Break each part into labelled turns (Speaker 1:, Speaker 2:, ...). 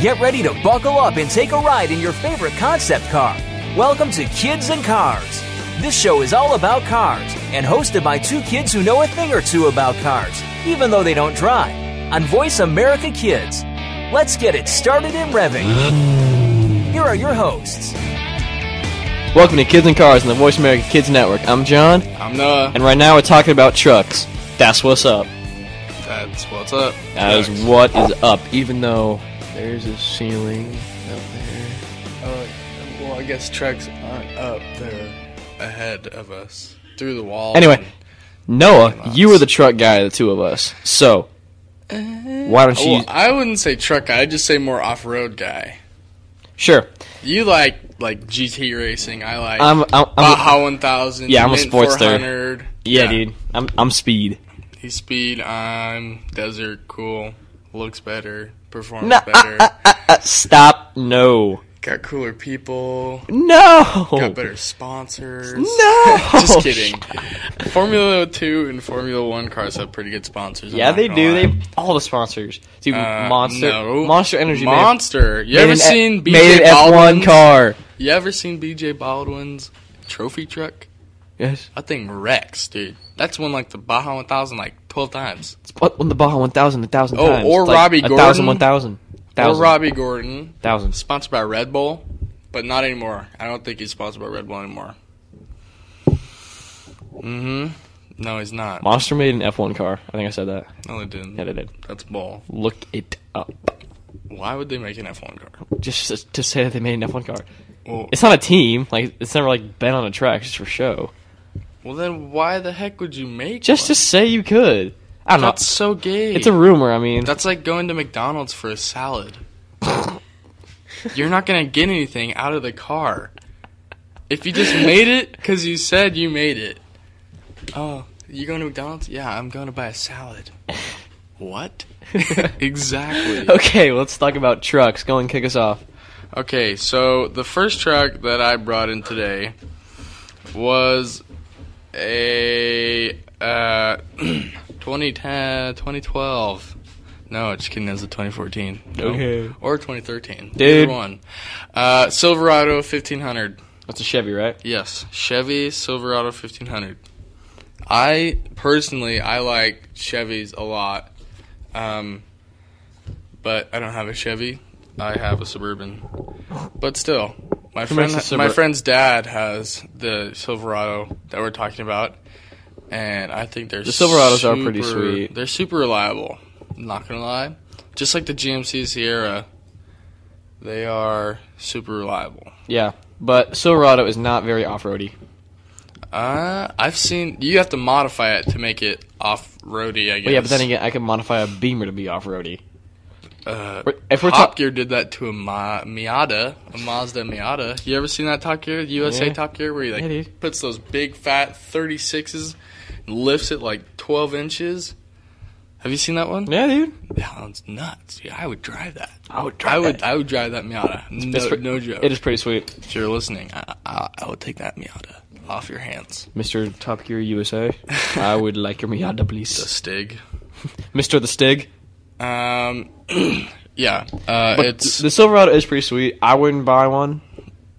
Speaker 1: Get ready to buckle up and take a ride in your favorite concept car. Welcome to Kids and Cars. This show is all about cars and hosted by two kids who know a thing or two about cars, even though they don't drive, on Voice America Kids. Let's get it started in revving. Here are your hosts.
Speaker 2: Welcome to Kids and Cars on the Voice America Kids Network. I'm John.
Speaker 3: I'm Noah.
Speaker 2: And right now we're talking about trucks. That's what's up.
Speaker 3: That's what's up.
Speaker 2: That is what is up, even though there's a ceiling up there.
Speaker 3: Uh, well, I guess trucks aren't up. They're ahead of us through the wall.
Speaker 2: Anyway, Noah, you were the truck guy of the two of us. So, why don't you.
Speaker 3: Uh, oh, Well, I wouldn't say truck guy. I'd just say more off-road guy.
Speaker 2: Sure.
Speaker 3: You like like GT racing. I like
Speaker 2: I'm, I'm, I'm
Speaker 3: Baja 1000.
Speaker 2: Yeah, I'm a
Speaker 3: Mint
Speaker 2: sportster.
Speaker 3: 400.
Speaker 2: yeah, dude. I'm, I'm speed.
Speaker 3: He's speed. I'm desert. Cool. Looks better. Performs
Speaker 2: No,
Speaker 3: better.
Speaker 2: Uh, stop. No.
Speaker 3: Got cooler people.
Speaker 2: No.
Speaker 3: Got better sponsors.
Speaker 2: No.
Speaker 3: Just kidding. Oh, Formula Two and Formula One cars have pretty good sponsors. I'm
Speaker 2: Yeah,
Speaker 3: not
Speaker 2: they
Speaker 3: gonna
Speaker 2: do.
Speaker 3: lie.
Speaker 2: They all the sponsors. Dude,
Speaker 3: Uh,
Speaker 2: Monster,
Speaker 3: no.
Speaker 2: Monster Energy. made-
Speaker 3: Monster. You
Speaker 2: made
Speaker 3: ever
Speaker 2: an- E-
Speaker 3: seen BJ
Speaker 2: made an F1
Speaker 3: Baldwin's?
Speaker 2: car?
Speaker 3: You ever seen BJ Baldwin's trophy truck?
Speaker 2: Yes.
Speaker 3: That thing wrecks, dude. That's won like the Baja 1000 like 12 times.
Speaker 2: What when the Baja 1000 a thousand
Speaker 3: Oh,
Speaker 2: times.
Speaker 3: or
Speaker 2: It's like
Speaker 3: Robbie
Speaker 2: a thousand,
Speaker 3: Gordon.
Speaker 2: one thousand,
Speaker 3: Or
Speaker 2: thousand,
Speaker 3: Robbie Gordon,
Speaker 2: thousand.
Speaker 3: sponsored by Red Bull, but not anymore. I don't think he's sponsored by Red Bull anymore. Mm-hmm. No, he's not.
Speaker 2: Monster made an F1 car. I think I said that.
Speaker 3: No, he didn't.
Speaker 2: Yeah, they did.
Speaker 3: That's bull.
Speaker 2: Look it up.
Speaker 3: Why would they make an F1 car?
Speaker 2: Just just to say that they made an F1 car.
Speaker 3: Well,
Speaker 2: It's not a team. Like it's never like been on a track just for show.
Speaker 3: well then why the heck would you make
Speaker 2: Just to
Speaker 3: one?
Speaker 2: say you could. I don't know.
Speaker 3: That's so gay.
Speaker 2: It's a rumor. I mean,
Speaker 3: That's like going to McDonald's for a salad. You're not gonna get anything out of the car. If you just made it because you said you made it. Oh, you going to McDonald's? Yeah, I'm going to buy a salad. What? exactly.
Speaker 2: okay. Let's talk about trucks. Go and kick us off.
Speaker 3: Okay, so the first truck that I brought in today was a uh, 2010, 2012. No, just kidding. That was a 2014. No.
Speaker 2: Okay.
Speaker 3: Or 2013.
Speaker 2: Dude.
Speaker 3: Either one. Uh, Silverado 1500.
Speaker 2: That's a Chevy, right?
Speaker 3: Yes, Chevy Silverado 1500. I personally I like Chevys a lot, um, but I don't have a Chevy. I have a Suburban, but still, my friend,
Speaker 2: makes a
Speaker 3: my
Speaker 2: Subur-
Speaker 3: friend's dad has the Silverado that we're talking about, and I think they're
Speaker 2: The Silverados are pretty
Speaker 3: super-
Speaker 2: sweet.
Speaker 3: They're super reliable. I'm not gonna lie, just like the GMC Sierra, they are super reliable.
Speaker 2: Yeah. But Silverado is not very off-roady.
Speaker 3: Uh, I've seen you have to modify it to make it off roady. I guess.
Speaker 2: But yeah, but then again, I could modify a Beamer to be off-roady.
Speaker 3: uh,
Speaker 2: We're- If we're
Speaker 3: Top
Speaker 2: talking,
Speaker 3: Gear did that to a Ma- Miata, a Mazda Miata. You ever seen that Top Gear USA
Speaker 2: Yeah.
Speaker 3: Top Gear where he like
Speaker 2: Yeah, dude.
Speaker 3: puts those big fat thirty sixes, lifts it like twelve inches. Have you seen that one?
Speaker 2: yeah, dude.
Speaker 3: That one's nuts. Yeah, I would drive that.
Speaker 2: I would
Speaker 3: I would. I would drive that Miata. No,
Speaker 2: It's pre-
Speaker 3: no joke.
Speaker 2: It is pretty sweet,
Speaker 3: If you're listening, I, I, I would take that Miata off your hands.
Speaker 2: Mister Top Gear USA. I would like your Miata,
Speaker 3: The
Speaker 2: please,
Speaker 3: Stig.
Speaker 2: Mister the Stig.
Speaker 3: Um, yeah, uh,
Speaker 2: But
Speaker 3: it's
Speaker 2: the Silverado is pretty sweet. I wouldn't buy one.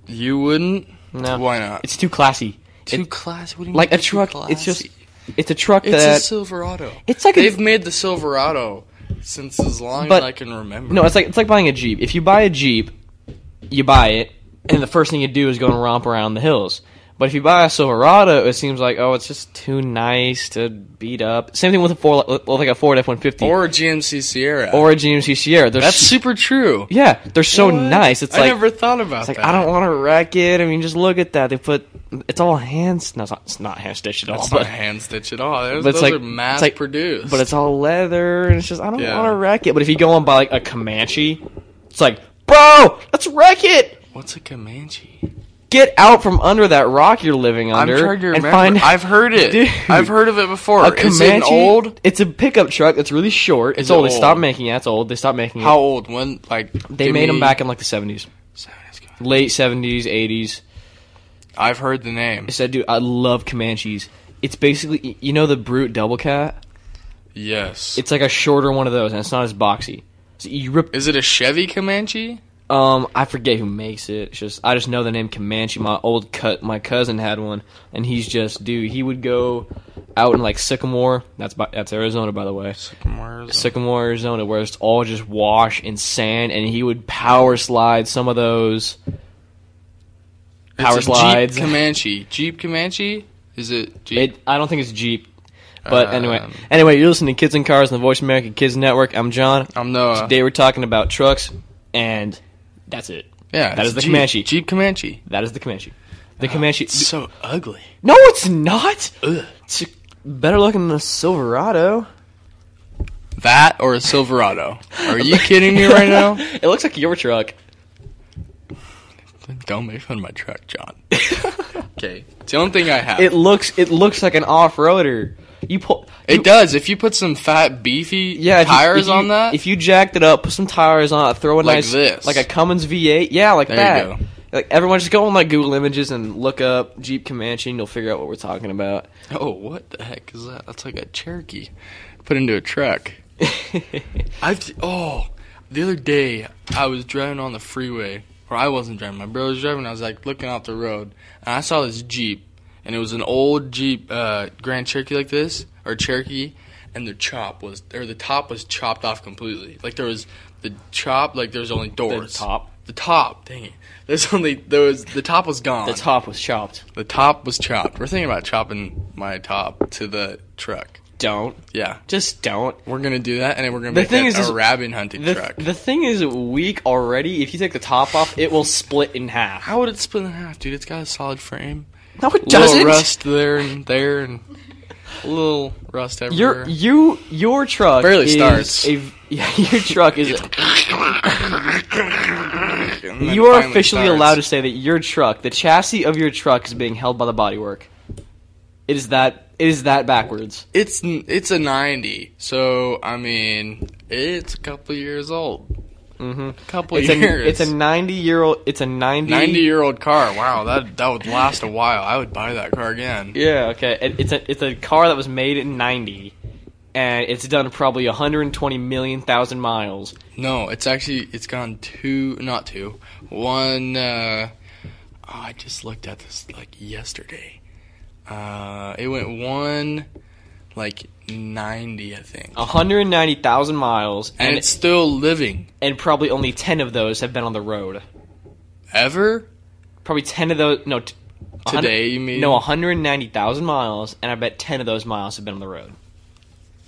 Speaker 3: you wouldn't.
Speaker 2: No,
Speaker 3: Why not?
Speaker 2: It's too classy.
Speaker 3: too
Speaker 2: It-
Speaker 3: classy. What do you
Speaker 2: like
Speaker 3: mean
Speaker 2: a
Speaker 3: too
Speaker 2: truck. It's just.
Speaker 3: classy?
Speaker 2: It's a truck
Speaker 3: it's
Speaker 2: that.
Speaker 3: a Silverado.
Speaker 2: it's like
Speaker 3: They've
Speaker 2: a.
Speaker 3: made the Silverado since as long
Speaker 2: But-
Speaker 3: as I can remember.
Speaker 2: No, it's like it's like buying a Jeep. If you buy a Jeep, you buy it, and the first thing you do is go and romp around the hills. But if you buy a Silverado, it seems like oh, it's just too nice to beat up. Same thing with a Ford, with like a Ford F one fifty
Speaker 3: or a GMC Sierra.
Speaker 2: or a GMC Sierra. They're
Speaker 3: that's
Speaker 2: s-
Speaker 3: super true.
Speaker 2: Yeah, they're so
Speaker 3: What?
Speaker 2: nice. It's
Speaker 3: I
Speaker 2: like
Speaker 3: never thought about
Speaker 2: it's like
Speaker 3: that.
Speaker 2: I don't want to wreck it. I mean, just look at that. They put it's all hand. No, it's not, it's not hand stitched at all.
Speaker 3: That's
Speaker 2: but
Speaker 3: not hand stitch at all. Those,
Speaker 2: but it's
Speaker 3: those
Speaker 2: like
Speaker 3: are mass
Speaker 2: it's like-
Speaker 3: produced.
Speaker 2: But it's all leather, and it's just I don't
Speaker 3: Yeah.
Speaker 2: want to wreck it. But if you go and buy like a Comanche, it's like bro, let's wreck it.
Speaker 3: what's a Comanche?
Speaker 2: Get out from under that rock you're living
Speaker 3: I'm
Speaker 2: under
Speaker 3: trying to
Speaker 2: and
Speaker 3: remember.
Speaker 2: find
Speaker 3: I've heard it.
Speaker 2: Dude.
Speaker 3: I've heard of it before.
Speaker 2: a
Speaker 3: Is
Speaker 2: Comanche.
Speaker 3: it an old?
Speaker 2: It's a pickup truck. It's really short. It's
Speaker 3: it
Speaker 2: old. They
Speaker 3: old?
Speaker 2: stopped making it. It's old. They stopped making
Speaker 3: How
Speaker 2: it.
Speaker 3: old? When like
Speaker 2: They
Speaker 3: give
Speaker 2: made them
Speaker 3: me-
Speaker 2: back in like the 70s, late 70s, 80s.
Speaker 3: I've heard the name.
Speaker 2: I said, dude, I love Comanches. It's basically, you know, the Brute Double Cat.
Speaker 3: Yes.
Speaker 2: It's like a shorter one of those, and it's not as boxy. So you rip.
Speaker 3: Is it a Chevy Comanche?
Speaker 2: Um, I forget who makes it. It's just I just know the name Comanche. My old cut, my cousin had one, and he's just dude. He would go out in like Sycamore. That's by, that's Arizona, by the way. Sycamore, Arizona, where it's all just wash and sand, and he would power slide some of those. Power
Speaker 3: it's a
Speaker 2: slides.
Speaker 3: Jeep Comanche. Jeep Comanche? Is it Jeep?
Speaker 2: It, I don't think it's Jeep, but anyway,
Speaker 3: Um,
Speaker 2: anyway, you're listening to Kids and Cars on the Voice America Kids Network. I'm John.
Speaker 3: I'm uh, Noah.
Speaker 2: Today we're talking about trucks, and that's it.
Speaker 3: yeah,
Speaker 2: that
Speaker 3: it's
Speaker 2: is the
Speaker 3: Jeep.
Speaker 2: Comanche.
Speaker 3: Jeep Comanche.
Speaker 2: That is the Comanche. The Comanche.
Speaker 3: It's so ugly.
Speaker 2: No, it's not.
Speaker 3: Ugh.
Speaker 2: It's better looking than a Silverado.
Speaker 3: That or a Silverado? Are you kidding me right now?
Speaker 2: it looks like your truck.
Speaker 3: Don't make fun of my truck, John. okay. It's the only thing I have.
Speaker 2: It
Speaker 3: It,
Speaker 2: looks it looks like an off roader. You pull. you-
Speaker 3: does. If you put some fat, beefy
Speaker 2: Yeah, if you-
Speaker 3: tires
Speaker 2: if you-
Speaker 3: on that,
Speaker 2: If you jacked it up, put some tires on it, throw a
Speaker 3: Like
Speaker 2: nice
Speaker 3: this.
Speaker 2: like a Cummins V8. Yeah, like
Speaker 3: There you
Speaker 2: that.
Speaker 3: go.
Speaker 2: Like everyone, just go on like Google Images and look up Jeep Comanche, and you'll figure out what we're talking about.
Speaker 3: oh, what the heck is that? That's like a Cherokee put into a truck. I've oh, the other day I was driving on the freeway, or I wasn't driving. My brother was driving. I was like looking out the road, and I saw this Jeep, and it was an old Jeep uh, Grand Cherokee like this or Cherokee, and the chop was or the top was chopped off completely. Like there was the chop, like there was only doors.
Speaker 2: top?
Speaker 3: The top. Dang it. There's only there was the top was gone.
Speaker 2: The top was chopped.
Speaker 3: The top was chopped. We're thinking about chopping my top to the truck.
Speaker 2: Don't
Speaker 3: Yeah.
Speaker 2: just don't.
Speaker 3: We're gonna do that, and then we're gonna
Speaker 2: The
Speaker 3: make
Speaker 2: thing
Speaker 3: that
Speaker 2: is, is
Speaker 3: a rabbit hunting
Speaker 2: The,
Speaker 3: truck.
Speaker 2: the thing is weak already. If you take the top off, it will split in half.
Speaker 3: How would it split in half, dude? It's got a solid frame.
Speaker 2: No, it
Speaker 3: A
Speaker 2: doesn't.
Speaker 3: little rust there and there, and a little rust everywhere.
Speaker 2: Your you your truck
Speaker 3: Barely
Speaker 2: is
Speaker 3: starts.
Speaker 2: A, yeah, your truck is.
Speaker 3: And then
Speaker 2: you are
Speaker 3: finally
Speaker 2: officially
Speaker 3: starts.
Speaker 2: allowed to say that your truck, the chassis of your truck, is being held by the bodywork. It is that. It is that backwards.
Speaker 3: It's n- it's a ninety, so I mean, it's a couple years old.
Speaker 2: Mm-hmm.
Speaker 3: A couple
Speaker 2: It's
Speaker 3: years.
Speaker 2: a it's a ninety year old. It's a ninety.
Speaker 3: ninety year old car. Wow, that that would last a while. I would buy that car again.
Speaker 2: Yeah. Okay. It, it's a it's a car that was made in ninety, and it's done probably one hundred and twenty million thousand miles.
Speaker 3: No, it's actually it's gone two, not two, one. Uh, oh, I just looked at this like yesterday. Uh, it went one, like ninety, I think,
Speaker 2: One hundred and ninety thousand miles,
Speaker 3: and
Speaker 2: Oh, and
Speaker 3: it's still living.
Speaker 2: and probably only ten of those have been on the road.
Speaker 3: Ever
Speaker 2: Probably ten of those. No. T- a hundred-
Speaker 3: today, you mean?
Speaker 2: No, 190,000 miles, and I bet 10 of those miles have been on the road.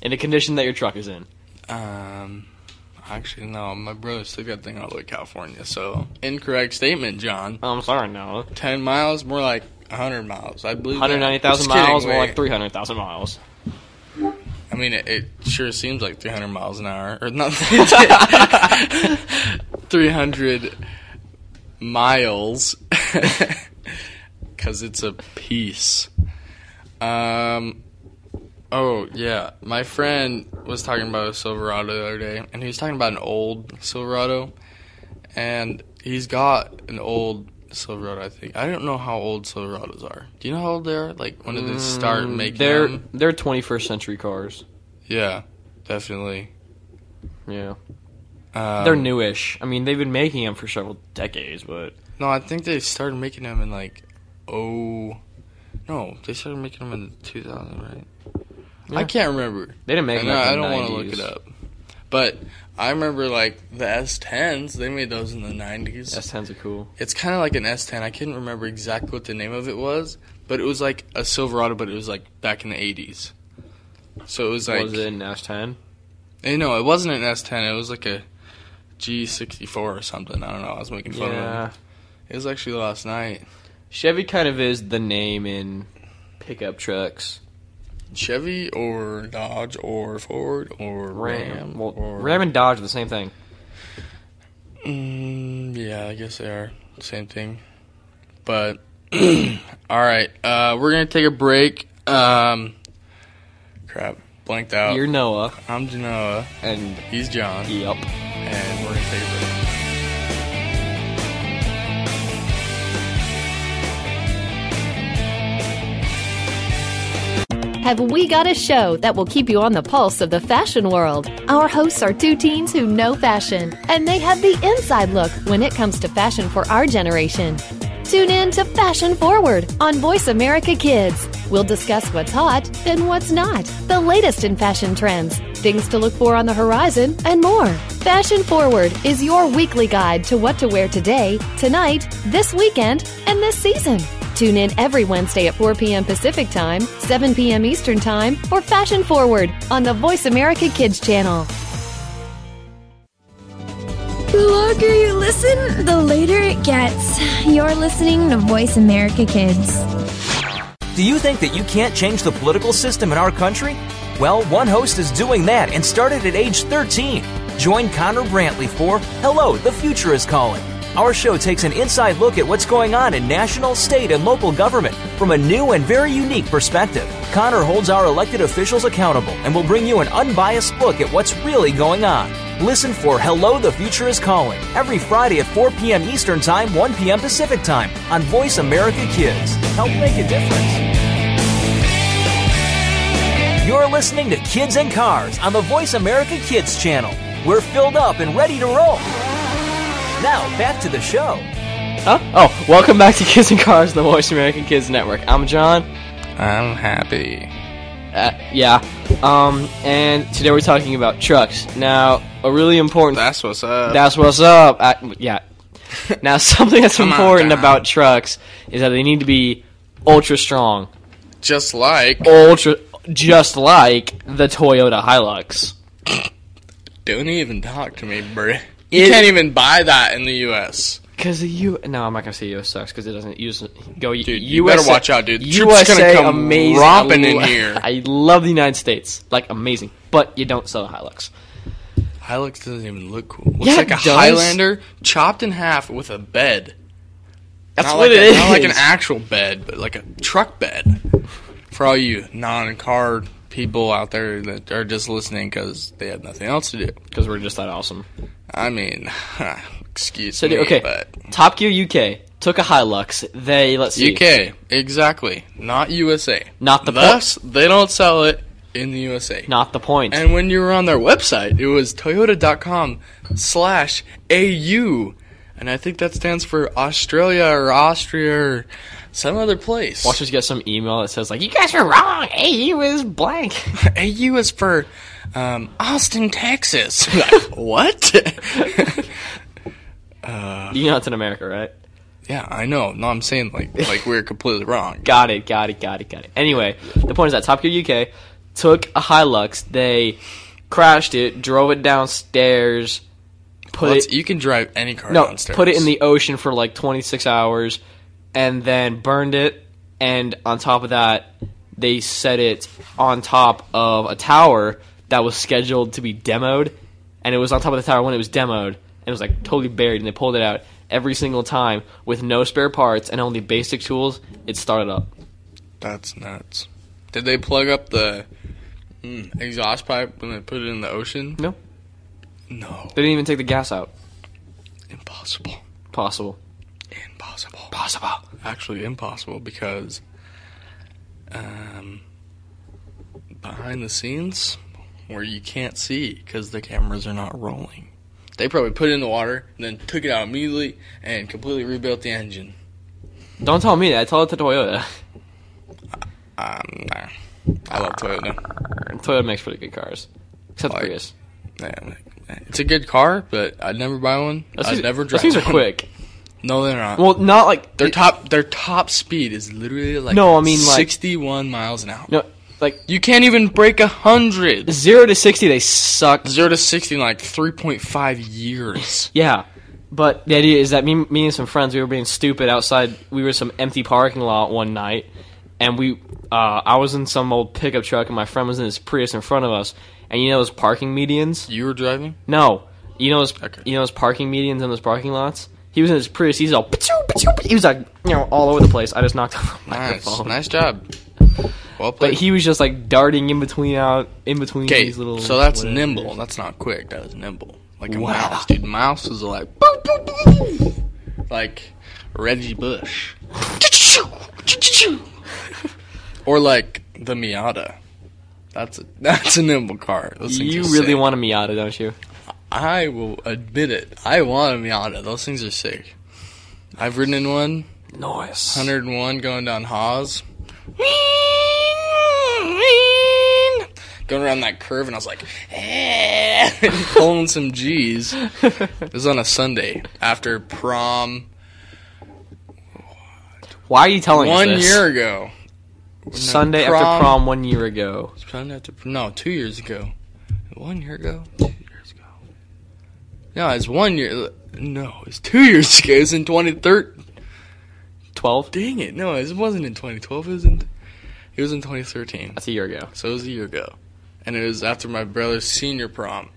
Speaker 2: In the condition that your truck is in.
Speaker 3: Um, actually, no. My brother's took that thing all the way to California, so incorrect statement, John.
Speaker 2: I'm sorry, no.
Speaker 3: Ten miles, more like hundred miles. I believe that.
Speaker 2: 190,000
Speaker 3: Just kidding,
Speaker 2: miles or
Speaker 3: wait.
Speaker 2: like 300,000 miles.
Speaker 3: I mean, it, it sure seems like 300 miles an hour, or not 300 miles, because it's a piece. Um, oh yeah, my friend was talking about a Silverado the other day, and he was talking about an old Silverado, and he's got an old Silverado. I think I don't know how old Silverados are. Do you know how old they are? Like when did they start making
Speaker 2: Mm, They're
Speaker 3: them?
Speaker 2: they're 21st century cars.
Speaker 3: Yeah, definitely.
Speaker 2: Yeah.
Speaker 3: Um,
Speaker 2: They're newish. I mean, they've been making them for several decades, but
Speaker 3: No, I think they started making them in like oh, no, they started making them in 2000, right? I
Speaker 2: Yeah.
Speaker 3: can't remember.
Speaker 2: they didn't make
Speaker 3: I,
Speaker 2: them
Speaker 3: know,
Speaker 2: like
Speaker 3: I
Speaker 2: the
Speaker 3: don't want to
Speaker 2: 90s.
Speaker 3: look it up, but I remember like the S10s. They made those in the 90s.
Speaker 2: S10s are cool.
Speaker 3: It's kind of like an S10. I couldn't remember exactly what the name of it was, but it was like a Silverado, but it was like back in the 80s. So it was like
Speaker 2: was it an S10?
Speaker 3: Eh, no, it wasn't an S10. It was like a G64 or something. I don't know. I was making fun of
Speaker 2: Yeah.
Speaker 3: it. It was actually last night.
Speaker 2: Chevy kind of is the name in pickup trucks.
Speaker 3: Chevy or Dodge or Ford or Ram.
Speaker 2: Well,
Speaker 3: or,
Speaker 2: Ram and Dodge are the same thing.
Speaker 3: Mm, yeah, I guess they are same thing. But all right, uh, we're gonna take a break. Um, crap, blanked out.
Speaker 2: You're Noah,
Speaker 3: I'm Genoa.
Speaker 2: and
Speaker 3: He's John,
Speaker 2: yep.
Speaker 3: and we're gonna take a break.
Speaker 4: have we got a show that will keep you on the pulse of the fashion world. Our hosts are two teens who know fashion, and they have the inside look when it comes to fashion for our generation. Tune in to Fashion Forward on Voice America Kids. We'll discuss what's hot and what's not, the latest in fashion trends, things to look for on the horizon, and more. Fashion Forward is your weekly guide to what to wear today, tonight, this weekend, and this season. Tune in every Wednesday at 4 p.m. Pacific Time, 7 p.m. Eastern Time for Fashion Forward on the Voice America Kids channel.
Speaker 5: The longer you listen, the later it gets. You're listening to Voice America Kids.
Speaker 1: Do you think that you can't change the political system in our country? Well, one host is doing that and started at age 13. Join Connor Brantley for Hello, the Future is Calling. Our show takes an inside look at what's going on in national, state, and local government from a new and very unique perspective. Connor holds our elected officials accountable and will bring you an unbiased look at what's really going on. Listen for Hello, the Future is Calling every Friday at 4 p.m. Eastern Time, 1 p.m. Pacific Time on Voice America Kids. Help make a difference. You're listening to Kids and Cars on the Voice America Kids channel. We're filled up and ready to roll. Now, back to the show.
Speaker 2: Huh? Oh, welcome back to Kids and Cars, the Voice American Kids Network. I'm John.
Speaker 3: I'm happy.
Speaker 2: Uh, yeah. Um, and today we're talking about trucks. Now, a really important.
Speaker 3: That's what's up.
Speaker 2: That's what's up. I, yeah. Now, something that's
Speaker 3: Come on
Speaker 2: important
Speaker 3: down.
Speaker 2: about trucks is that they need to be ultra strong,
Speaker 3: Just like
Speaker 2: ultra, just like the Toyota Hilux.
Speaker 3: don't even talk to me, bruh. You
Speaker 2: It-
Speaker 3: can't even buy that in the U.S.
Speaker 2: Because the U. No, I'm not gonna say U.S. sucks because it doesn't use go. U-
Speaker 3: Dude, you better
Speaker 2: USA
Speaker 3: watch out, dude. Troops
Speaker 2: USA
Speaker 3: gonna come
Speaker 2: amazing.
Speaker 3: romping
Speaker 2: I
Speaker 3: in
Speaker 2: lo-
Speaker 3: here.
Speaker 2: I love the United States, like amazing, but you don't sell a Hilux.
Speaker 3: Hilux doesn't even look cool. Looks
Speaker 2: Yeah,
Speaker 3: like
Speaker 2: it
Speaker 3: a
Speaker 2: does.
Speaker 3: Highlander chopped in half with a bed.
Speaker 2: That's
Speaker 3: not
Speaker 2: what
Speaker 3: like
Speaker 2: it
Speaker 3: a,
Speaker 2: is.
Speaker 3: Not like an actual bed, but like a truck bed. For all you non-car people out there that are just listening because they have nothing else to do.
Speaker 2: because we're just that awesome.
Speaker 3: I mean, excuse
Speaker 2: So
Speaker 3: me,
Speaker 2: dude, okay,
Speaker 3: but
Speaker 2: Top Gear UK took a Hilux. They let's see.
Speaker 3: UK exactly, not USA.
Speaker 2: Not the
Speaker 3: Thus, they don't sell it in the USA.
Speaker 2: Not the point.
Speaker 3: And when you were on their website, it was toyota.com slash AU. And I think that stands for Australia or Austria or some other place.
Speaker 2: Watch us get some email that says like, "You guys are wrong. AU is blank."
Speaker 3: AU is for um, Austin, Texas. Like, what?
Speaker 2: you know it's in America, right?
Speaker 3: yeah, I know. No, I'm saying like like we're completely wrong.
Speaker 2: Got it, got it, got it, got it. Anyway, the point is that Top Gear UK took a Hilux, they crashed it, drove it downstairs, put
Speaker 3: Well, it's-
Speaker 2: it
Speaker 3: you can drive any car
Speaker 2: no,
Speaker 3: downstairs.
Speaker 2: put it in the ocean for like 26 hours, and then burned it. And on top of that, they set it on top of a tower that was scheduled to be demoed, and it was on top of the tower when it was demoed, and it was like totally buried. And they pulled it out every single time with no spare parts and only basic tools. It started up.
Speaker 3: That's nuts. Did they plug up the mm, exhaust pipe when they put it in the ocean?
Speaker 2: No,
Speaker 3: No.
Speaker 2: They didn't even take the gas out.
Speaker 3: Impossible.
Speaker 2: Possible.
Speaker 3: Impossible.
Speaker 2: Possible.
Speaker 3: Actually, impossible because um, behind the scenes where you can't see because the cameras are not rolling. They probably put it in the water and then took it out immediately and completely rebuilt the engine.
Speaker 2: Don't tell me that. Tell it to Toyota.
Speaker 3: Um, nah. I love Toyota.
Speaker 2: Toyota makes pretty good cars. Except the
Speaker 3: Like,
Speaker 2: Prius.
Speaker 3: Man, It's a good car, but I'd never buy one.
Speaker 2: Those
Speaker 3: I'd
Speaker 2: things-
Speaker 3: never
Speaker 2: those
Speaker 3: drive.
Speaker 2: things are
Speaker 3: one.
Speaker 2: quick.
Speaker 3: No, they're not.
Speaker 2: Well, not like
Speaker 3: their top their top speed is literally like
Speaker 2: No, I mean, like-
Speaker 3: sixty one miles an hour.
Speaker 2: No, like
Speaker 3: You can't even break a hundred.
Speaker 2: zero to sixty, they suck.
Speaker 3: zero to sixty in like three point five years.
Speaker 2: Yeah, but the idea is that me, me and some friends, we were being stupid outside. We were in some empty parking lot one night, and we, uh, I was in some old pickup truck, and my friend was in his Prius in front of us. And you know those parking medians?
Speaker 3: You were driving?
Speaker 2: No, you know those,
Speaker 3: Okay.
Speaker 2: you know those parking medians and those parking lots. He was in his Prius. He's all, "Pachow, pachow, pachow." he was like, you know, all over the place. I just knocked off my
Speaker 3: Nice,
Speaker 2: microphone.
Speaker 3: nice job. Well
Speaker 2: But
Speaker 3: played.
Speaker 2: he was just like darting in between out, in between
Speaker 3: okay,
Speaker 2: these little.
Speaker 3: so that's
Speaker 2: whatever.
Speaker 3: nimble. That's not quick. That was nimble, like a
Speaker 2: Wow.
Speaker 3: mouse, dude. Mouse was like, boop, boop, boop, boop. like Reggie Bush, or like the Miata. That's a, that's a nimble car. Those things
Speaker 2: You
Speaker 3: are
Speaker 2: really
Speaker 3: sick.
Speaker 2: want a Miata, don't you?
Speaker 3: I will admit it. I want a Miata. Those things are sick. I've ridden in one.
Speaker 2: Nice.
Speaker 3: 101 going down Haas. Going around that curve, and I was like, eh, pulling some G's. It was on a Sunday after prom
Speaker 2: Why are you telling
Speaker 3: one
Speaker 2: us this?
Speaker 3: year ago.
Speaker 2: Sunday
Speaker 3: prom.
Speaker 2: after prom one year ago.
Speaker 3: Sunday after no, two years ago. One year ago. Two years ago. No, it's one year. No, it's two years ago. It's in 2013.
Speaker 2: Twelve?
Speaker 3: Dang it! No, it wasn't in 2012. It was in. It was in 2013.
Speaker 2: That's a year ago.
Speaker 3: So it was a year ago. And it was after my brother's senior prom.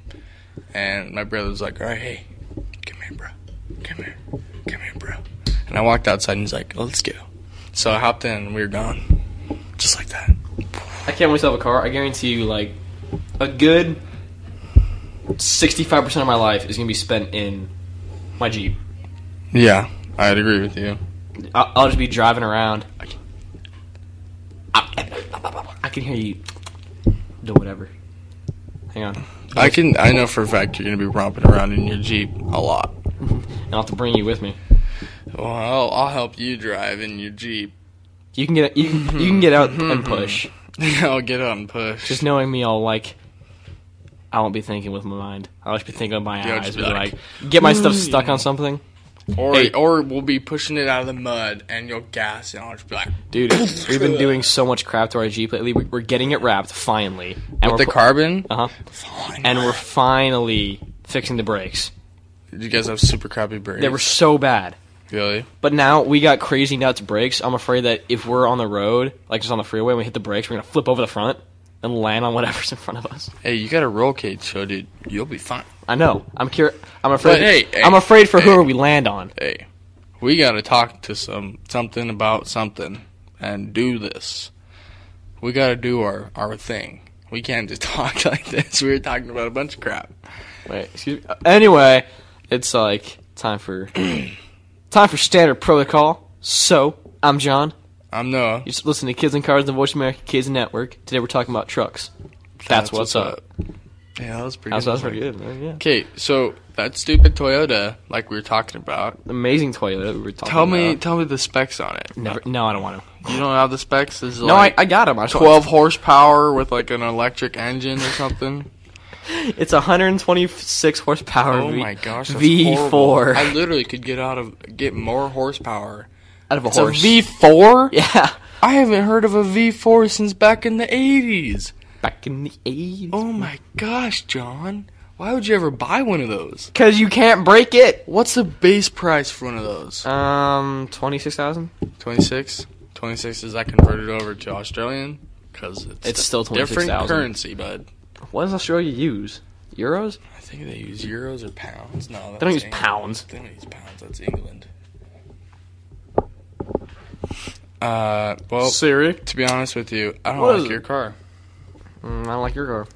Speaker 3: And my brother was like, all right, hey, come here, bro. Come here. Come here, bro. And I walked outside and he's like, let's go. So I hopped in and we were gone. Just like that.
Speaker 2: I can't wait to have a car. I guarantee you, like, a good 65% of my life is going to be spent in my Jeep.
Speaker 3: Yeah, I'd agree with you.
Speaker 2: I'll, I'll just be driving around. I can, I can hear you do whatever. Hang on.
Speaker 3: I can. I know for a fact you're gonna be romping around in your jeep a lot.
Speaker 2: And I'll have to bring you with me.
Speaker 3: Well, I'll, I'll help you drive in your jeep.
Speaker 2: You can get you can, you can get out and push.
Speaker 3: I'll get out and push.
Speaker 2: Just knowing me, I'll like. I won't be thinking with my mind. I'll just be thinking with my
Speaker 3: Yeah, I'll
Speaker 2: eyes.
Speaker 3: just
Speaker 2: Be
Speaker 3: be
Speaker 2: like,
Speaker 3: like,
Speaker 2: get my stuff stuck on something,
Speaker 3: or
Speaker 2: Hey.
Speaker 3: or we'll be pushing it out of the mud and you'll gas and I'll just be like,
Speaker 2: dude. we've been doing so much crap to our Jeep lately. We- We're getting it wrapped finally, and
Speaker 3: with
Speaker 2: we're
Speaker 3: the carbon.
Speaker 2: uh huh, and we're finally fixing the brakes.
Speaker 3: You guys have super crappy brakes.
Speaker 2: They were so bad.
Speaker 3: really.
Speaker 2: But now we got crazy nuts brakes. I'm afraid that if we're on the road, like just on the freeway, and we hit the brakes, we're gonna flip over the front and land on whatever's in front of us.
Speaker 3: Hey, you got a roll cage show, dude. You'll be fine.
Speaker 2: I know. I'm cur- I'm afraid.
Speaker 3: But hey, hey,
Speaker 2: I'm afraid for
Speaker 3: hey.
Speaker 2: whoever we land on.
Speaker 3: Hey, we got to talk to some something about something and do this. We got to do our our thing. We can't just talk like this. We were talking about a bunch of crap.
Speaker 2: Wait. Excuse me. Uh, Anyway, it's like time for time for standard protocol. So I'm John.
Speaker 3: I'm Noah.
Speaker 2: You're just listening to Kids and Cars, the Voice of America Kids Network. Today we're talking about trucks. That's, what's, up.
Speaker 3: Yeah, that was pretty.
Speaker 2: That's,
Speaker 3: good.
Speaker 2: that's pretty good. man, Yeah.
Speaker 3: Okay, so that stupid Toyota, like we were talking about.
Speaker 2: Amazing Toyota. We were talking
Speaker 3: Tell me,
Speaker 2: about.
Speaker 3: tell me the specs on it.
Speaker 2: Never, no, I don't want to.
Speaker 3: You don't have the specs. This is
Speaker 2: No, I,
Speaker 3: like
Speaker 2: I got him. I just-
Speaker 3: twelve horsepower with like an electric engine or something.
Speaker 2: It's 126 horsepower.
Speaker 3: Oh
Speaker 2: V-
Speaker 3: my gosh, that's
Speaker 2: V4
Speaker 3: horrible. I literally could get out of get more horsepower.
Speaker 2: out of a
Speaker 3: It's
Speaker 2: horse.
Speaker 3: a V four.
Speaker 2: yeah,
Speaker 3: I haven't heard of a V four since back in the eighties.
Speaker 2: back in the 80s.
Speaker 3: Oh my gosh, John, why would you ever buy one of those?
Speaker 2: Cause you can't break it.
Speaker 3: What's the base price for one of those?
Speaker 2: Um, 26,000.
Speaker 3: 26? 26 is that converted over to Australian? Because it's,
Speaker 2: It's still
Speaker 3: different
Speaker 2: 26,000.
Speaker 3: currency, bud.
Speaker 2: What does Australia use? Euros?
Speaker 3: I think they use euros or pounds. No, that's
Speaker 2: They don't use
Speaker 3: England.
Speaker 2: pounds.
Speaker 3: They don't use pounds. That's England. Uh, well,
Speaker 2: Siri.
Speaker 3: to be honest with you, I don't
Speaker 2: What is
Speaker 3: like
Speaker 2: it?
Speaker 3: your car.
Speaker 2: Mm, I don't like your car.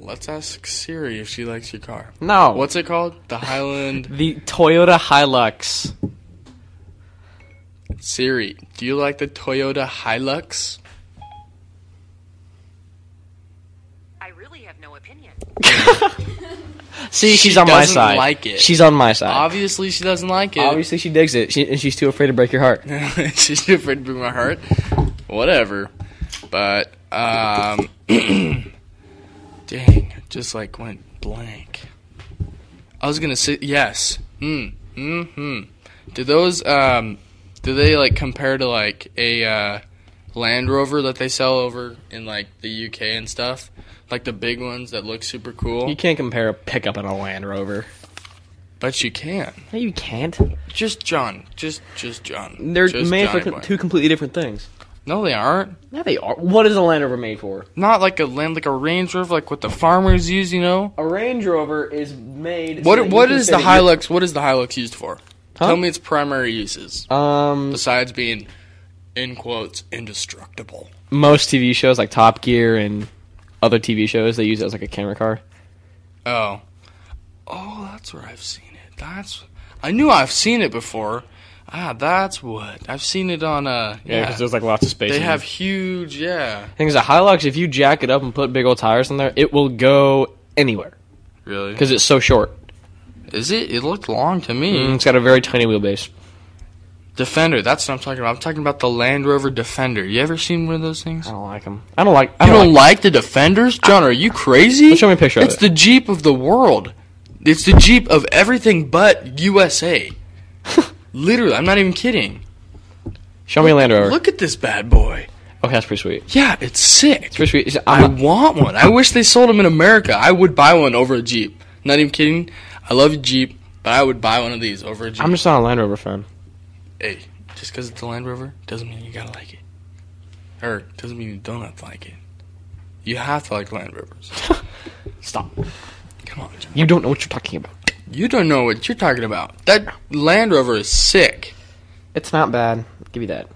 Speaker 3: Let's ask Siri if she likes your car.
Speaker 2: No.
Speaker 3: What's it called? The Highland
Speaker 2: the Toyota Hilux?
Speaker 3: Siri. Do you like the Toyota Hilux?
Speaker 6: I really have no opinion.
Speaker 2: See,
Speaker 3: She
Speaker 2: she's on my
Speaker 3: doesn't
Speaker 2: side.
Speaker 3: like it.
Speaker 2: She's on my side.
Speaker 3: Obviously, she doesn't like it.
Speaker 2: Obviously, she digs it, she, and she's too afraid to break your heart.
Speaker 3: She's too afraid to break my heart. Whatever. But um Dang, I just like went blank. I was gonna say yes. Hmm. Hmm. Do those um do they like compare to like a uh Land Rover that they sell over in like the UK and stuff? Like the big ones that look super
Speaker 2: You
Speaker 3: cool?
Speaker 2: can't compare a pickup and a Land Rover.
Speaker 3: But you can.
Speaker 2: No, you can't.
Speaker 3: Just John. Just just John.
Speaker 2: They're
Speaker 3: Just
Speaker 2: made for
Speaker 3: Johnny
Speaker 2: com-
Speaker 3: Boy.
Speaker 2: two completely different things.
Speaker 3: No they aren't.
Speaker 2: Yeah, they are. What is a Land Rover made for?
Speaker 3: not like a land like a Range Rover, like what the farmers use. You know
Speaker 2: A Range Rover is made. so that
Speaker 3: what
Speaker 2: you
Speaker 3: what
Speaker 2: can
Speaker 3: is
Speaker 2: say
Speaker 3: the
Speaker 2: that you-
Speaker 3: Hilux? What is the Hilux used for? Tell me its primary uses
Speaker 2: Um,
Speaker 3: besides being in quotes indestructible.
Speaker 2: most TV shows like Top Gear and other TV shows they use it as like a camera car.
Speaker 3: Oh, oh, that's where I've seen it. That's I knew I've seen it before. Ah, that's what I've seen it on. Uh,
Speaker 2: Yeah,
Speaker 3: yeah,
Speaker 2: because there's like lots of space.
Speaker 3: they
Speaker 2: in
Speaker 3: have
Speaker 2: It.
Speaker 3: huge. Yeah,
Speaker 2: Things that Hilux, if you jack it up and put big old tires in there, it will go anywhere
Speaker 3: really.
Speaker 2: because it's so short.
Speaker 3: Is it? It looked long to me.
Speaker 2: Mm, it's got a very tiny wheelbase.
Speaker 3: Defender. That's what I'm talking about. I'm talking about the Land Rover Defender. You ever seen one of those things?
Speaker 2: I don't like them. I don't like. I
Speaker 3: You
Speaker 2: don't,
Speaker 3: don't
Speaker 2: like.
Speaker 3: like the Defenders, John? Are you crazy?
Speaker 2: Show me a picture of
Speaker 3: It's
Speaker 2: it.
Speaker 3: the Jeep of the world. It's the Jeep of everything but USA. Literally, I'm not even kidding.
Speaker 2: Show me a Land Rover.
Speaker 3: Look at this bad boy.
Speaker 2: Okay, that's pretty sweet.
Speaker 3: Yeah, it's sick.
Speaker 2: It's pretty sweet. It's-
Speaker 3: I
Speaker 2: I'm-
Speaker 3: want one. I wish they sold them in America. I would buy one over a Jeep. Not even kidding. I love Jeep, but I would buy one of these over a Jeep.
Speaker 2: I'm just not a Land Rover fan.
Speaker 3: hey, just because it's a Land Rover doesn't mean you gotta like it. Or doesn't mean you don't have to like it. You have to like Land Rovers.
Speaker 2: Stop.
Speaker 3: Come on, John.
Speaker 2: You don't know what you're talking about.
Speaker 3: You don't know what you're talking about. That Land Rover is sick.
Speaker 2: It's not bad. Give me that.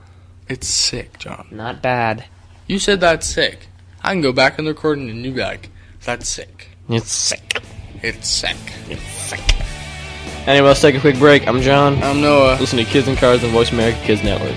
Speaker 3: It's sick, John.
Speaker 2: Not bad.
Speaker 3: You said that's sick. I can go back in the recording and you be like, that's sick.
Speaker 2: It's sick.
Speaker 3: It's sick.
Speaker 2: Anyway, let's take a quick break. I'm John.
Speaker 3: I'm Noah.
Speaker 2: Listen to Kids and Cars on Voice America Kids Network.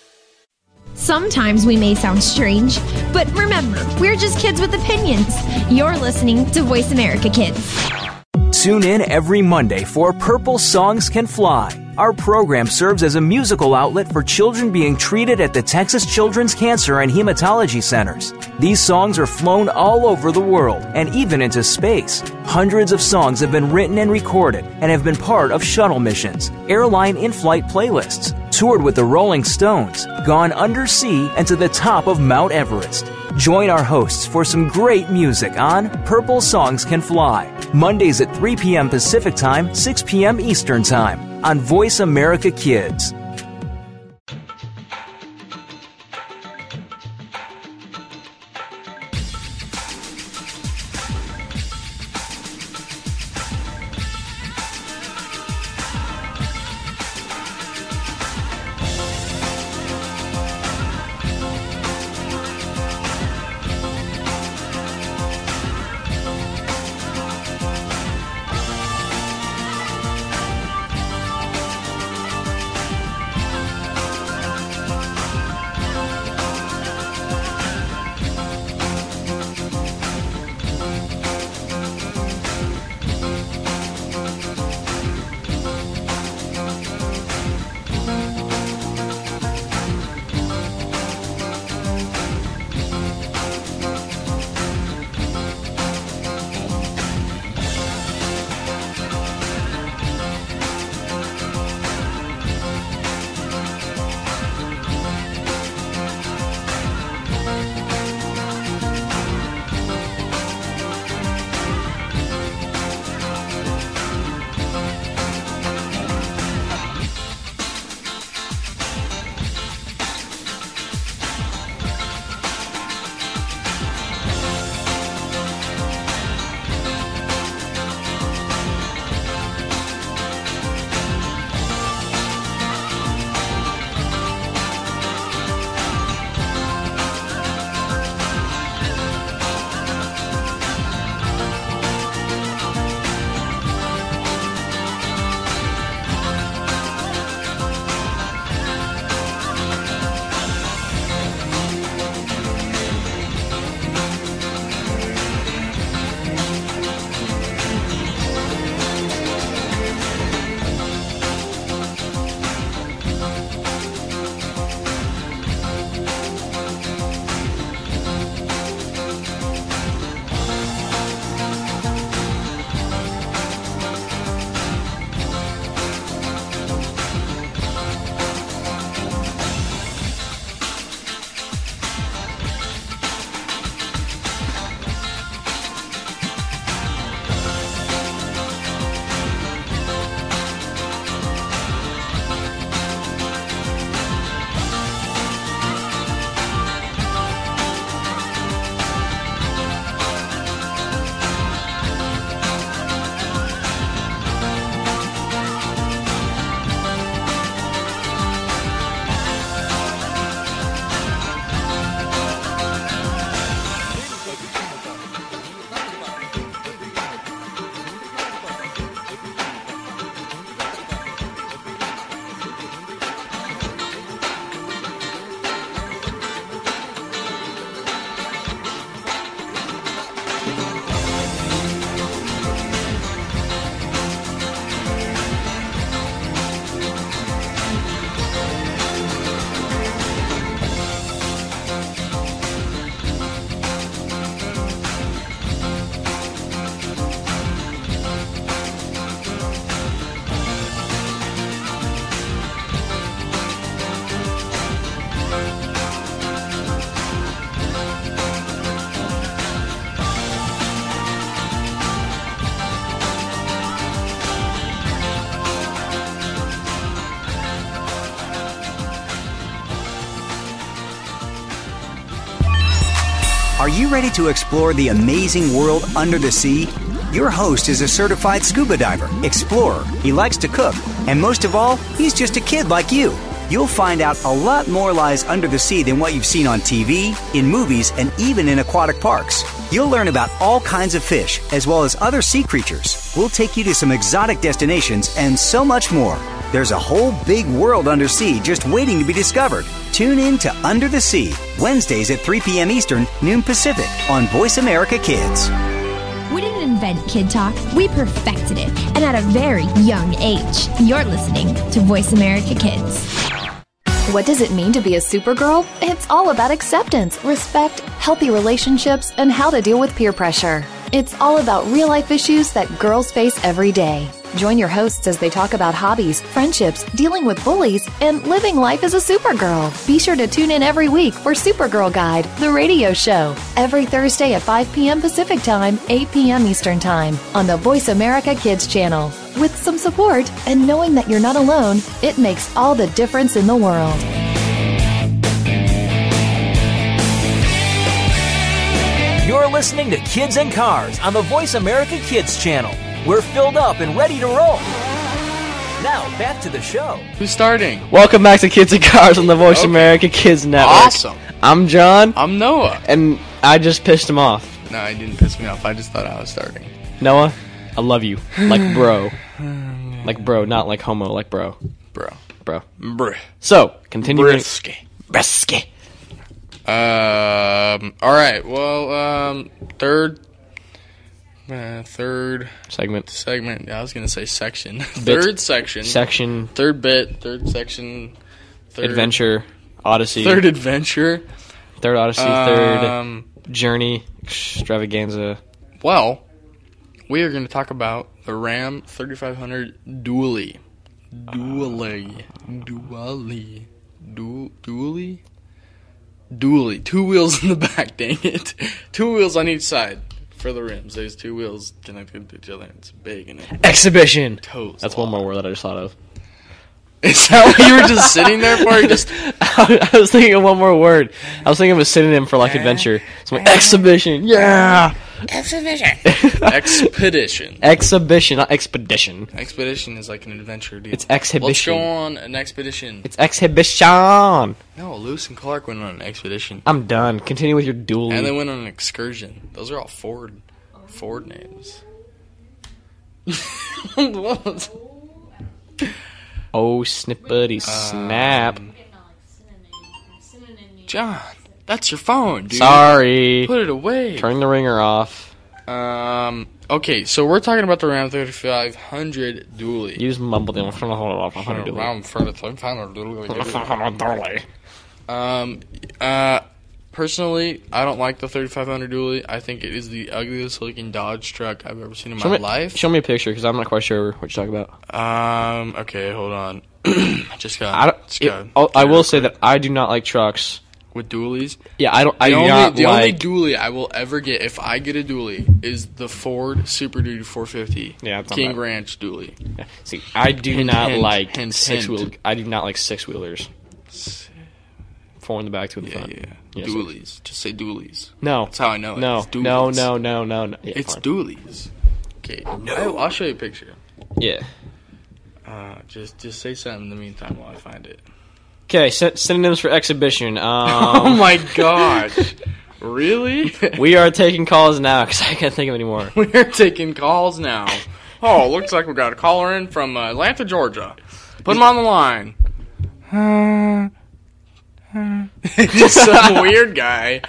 Speaker 5: Sometimes we may sound strange, but remember, we're just kids with opinions. You're listening to Voice America Kids.
Speaker 1: Tune in every Monday for Purple Songs Can Fly. Our program serves as a musical outlet for children being treated at the Texas Children's Cancer and Hematology Centers. These songs are flown all over the world and even into space. Hundreds of songs have been written and recorded and have been part of shuttle missions, airline in flight playlists, toured with the Rolling Stones, gone undersea, and to the top of Mount Everest. Join our hosts for some great music on Purple Songs Can Fly, Mondays at 3 p.m. Pacific Time, 6 p.m. Eastern Time on Voice America Kids.
Speaker 7: Are you ready to explore the amazing world under the sea? Your host is a certified scuba diver, explorer. He likes to cook, and most of all, he's just a kid like you. You'll find out a lot more lies under the sea than what you've seen on TV, in movies, and even in aquatic parks. You'll learn about all kinds of fish, as well as other sea creatures. We'll take you to some exotic destinations and so much more. There's a whole big world under sea just waiting to be discovered. Tune in to Under the Sea, Wednesdays at 3 p.m. Eastern, noon Pacific, on Voice America Kids.
Speaker 5: We didn't invent Kid Talk, we perfected it, and at a very young age. You're listening to Voice America Kids.
Speaker 4: What does it mean to be a supergirl? It's all about acceptance, respect, healthy relationships, and how to deal with peer pressure. It's all about real life issues that girls face every day. Join your hosts as they talk about hobbies, friendships, dealing with bullies, and living life as a supergirl. Be sure to tune in every week for Supergirl Guide, the radio show, every Thursday at 5 p.m. Pacific Time, 8 p.m. Eastern Time, on the Voice America Kids channel. With some support and knowing that you're not alone, it makes all the difference in the world.
Speaker 1: You're listening to Kids and Cars on the Voice America Kids channel. We're filled up and ready to roll. Now, back to the show.
Speaker 3: Who's starting?
Speaker 2: Welcome back to Kids and Cars on the Voice
Speaker 3: Okay.
Speaker 2: America Kids Network.
Speaker 3: Awesome.
Speaker 2: I'm John,
Speaker 3: I'm Noah.
Speaker 2: and I just pissed him off.
Speaker 3: No, I didn't piss me off. I just thought I was starting.
Speaker 2: Noah, I love you. Like bro. Like bro, not like homo, like bro.
Speaker 3: Bro.
Speaker 2: Bro.
Speaker 3: Bruh.
Speaker 2: So, continuing.
Speaker 3: Brisky.
Speaker 2: Brisky.
Speaker 3: Um. All right. Well. Um. Third. Uh, third
Speaker 2: Segment.
Speaker 3: segment. I was gonna say section.
Speaker 2: Bit.
Speaker 3: third section.
Speaker 2: Section.
Speaker 3: third bit. Third section. Third,
Speaker 2: Adventure. Odyssey.
Speaker 3: Third adventure.
Speaker 2: Third Odyssey.
Speaker 3: Um,
Speaker 2: third Journey. Extravaganza.
Speaker 3: Well, we are going to talk about the Ram 3500 Dually. Dually. Dually. Du- Dually? Dually. Two wheels in the back, dang it. Two wheels on each side for the rims. There's two wheels connected to each other. and It's big and it
Speaker 2: Exhibition.
Speaker 3: toes.
Speaker 2: That's
Speaker 3: a lot.
Speaker 2: one more word that I just thought of.
Speaker 3: Is that what you were just sitting there for? You just
Speaker 2: I was thinking of one more word. I was thinking of a synonym for
Speaker 3: Eh?
Speaker 2: like adventure. So like, exhibition. Yeah.
Speaker 3: expedition.
Speaker 2: Exhibition, not expedition.
Speaker 3: Expedition is like an adventure deal.
Speaker 2: It's exhibition.
Speaker 3: Let's go on an expedition.
Speaker 2: It's exhibition.
Speaker 3: No, Lewis and Clark went on an expedition.
Speaker 2: I'm done. Continue with your duel.
Speaker 3: And they went on an excursion. Those are all Ford, Ford names. What?
Speaker 2: oh, snippity
Speaker 3: Um,
Speaker 2: snap.
Speaker 3: John, that's your phone, dude.
Speaker 2: Sorry.
Speaker 3: Put it away.
Speaker 2: Turn the ringer off.
Speaker 3: Um. Okay, so we're talking about the Ram 3500 dually.
Speaker 2: You just mumbled it. I'm trying to hold it off. I'm trying to do it.
Speaker 3: Ram 3500 dually.
Speaker 2: Dolly.
Speaker 3: Um. Uh. Personally, I don't like the 3500 dually. I think it is the ugliest looking Dodge truck I've ever seen in
Speaker 2: Show
Speaker 3: my
Speaker 2: me,
Speaker 3: life.
Speaker 2: show me a picture because I'm not quite sure what you're talking about.
Speaker 3: Um. Okay, hold on. I just got.
Speaker 2: I don't.
Speaker 3: just
Speaker 2: it-
Speaker 3: got-
Speaker 2: I'll- I will say that I do not like trucks.
Speaker 3: with dualies.
Speaker 2: Yeah, I don't. I
Speaker 3: the
Speaker 2: do
Speaker 3: only,
Speaker 2: not
Speaker 3: the only
Speaker 2: like.
Speaker 3: dually I will ever get if I get a dually is the Ford Super Duty 450
Speaker 2: Yeah, it's on
Speaker 3: King
Speaker 2: that.
Speaker 3: Ranch dually.
Speaker 2: see, I do
Speaker 3: Hint,
Speaker 2: not
Speaker 3: hint,
Speaker 2: like
Speaker 3: hint,
Speaker 2: six wheel.
Speaker 3: hint.
Speaker 2: I do not like six wheelers. Four in the back, two in the
Speaker 3: Yeah,
Speaker 2: front.
Speaker 3: yeah.
Speaker 2: Yes.
Speaker 3: dualies. Just say dualies.
Speaker 2: No,
Speaker 3: That's how I know it.
Speaker 2: No,
Speaker 3: It's
Speaker 2: no,
Speaker 3: dualies.
Speaker 2: no, no, no, no. Yeah,
Speaker 3: It's
Speaker 2: fine.
Speaker 3: dualies. Okay, I'll, I'll show you a picture.
Speaker 2: yeah.
Speaker 3: Uh, just just say something in the meantime while I find it.
Speaker 2: Okay, sy- synonyms for exhibition. Um,
Speaker 3: Oh my gosh. Really?
Speaker 2: we are taking calls now because I can't think of any more.
Speaker 3: We're taking calls now. Oh, looks like we got a caller in from uh, Atlanta, Georgia. Put him on the line. Just some weird guy.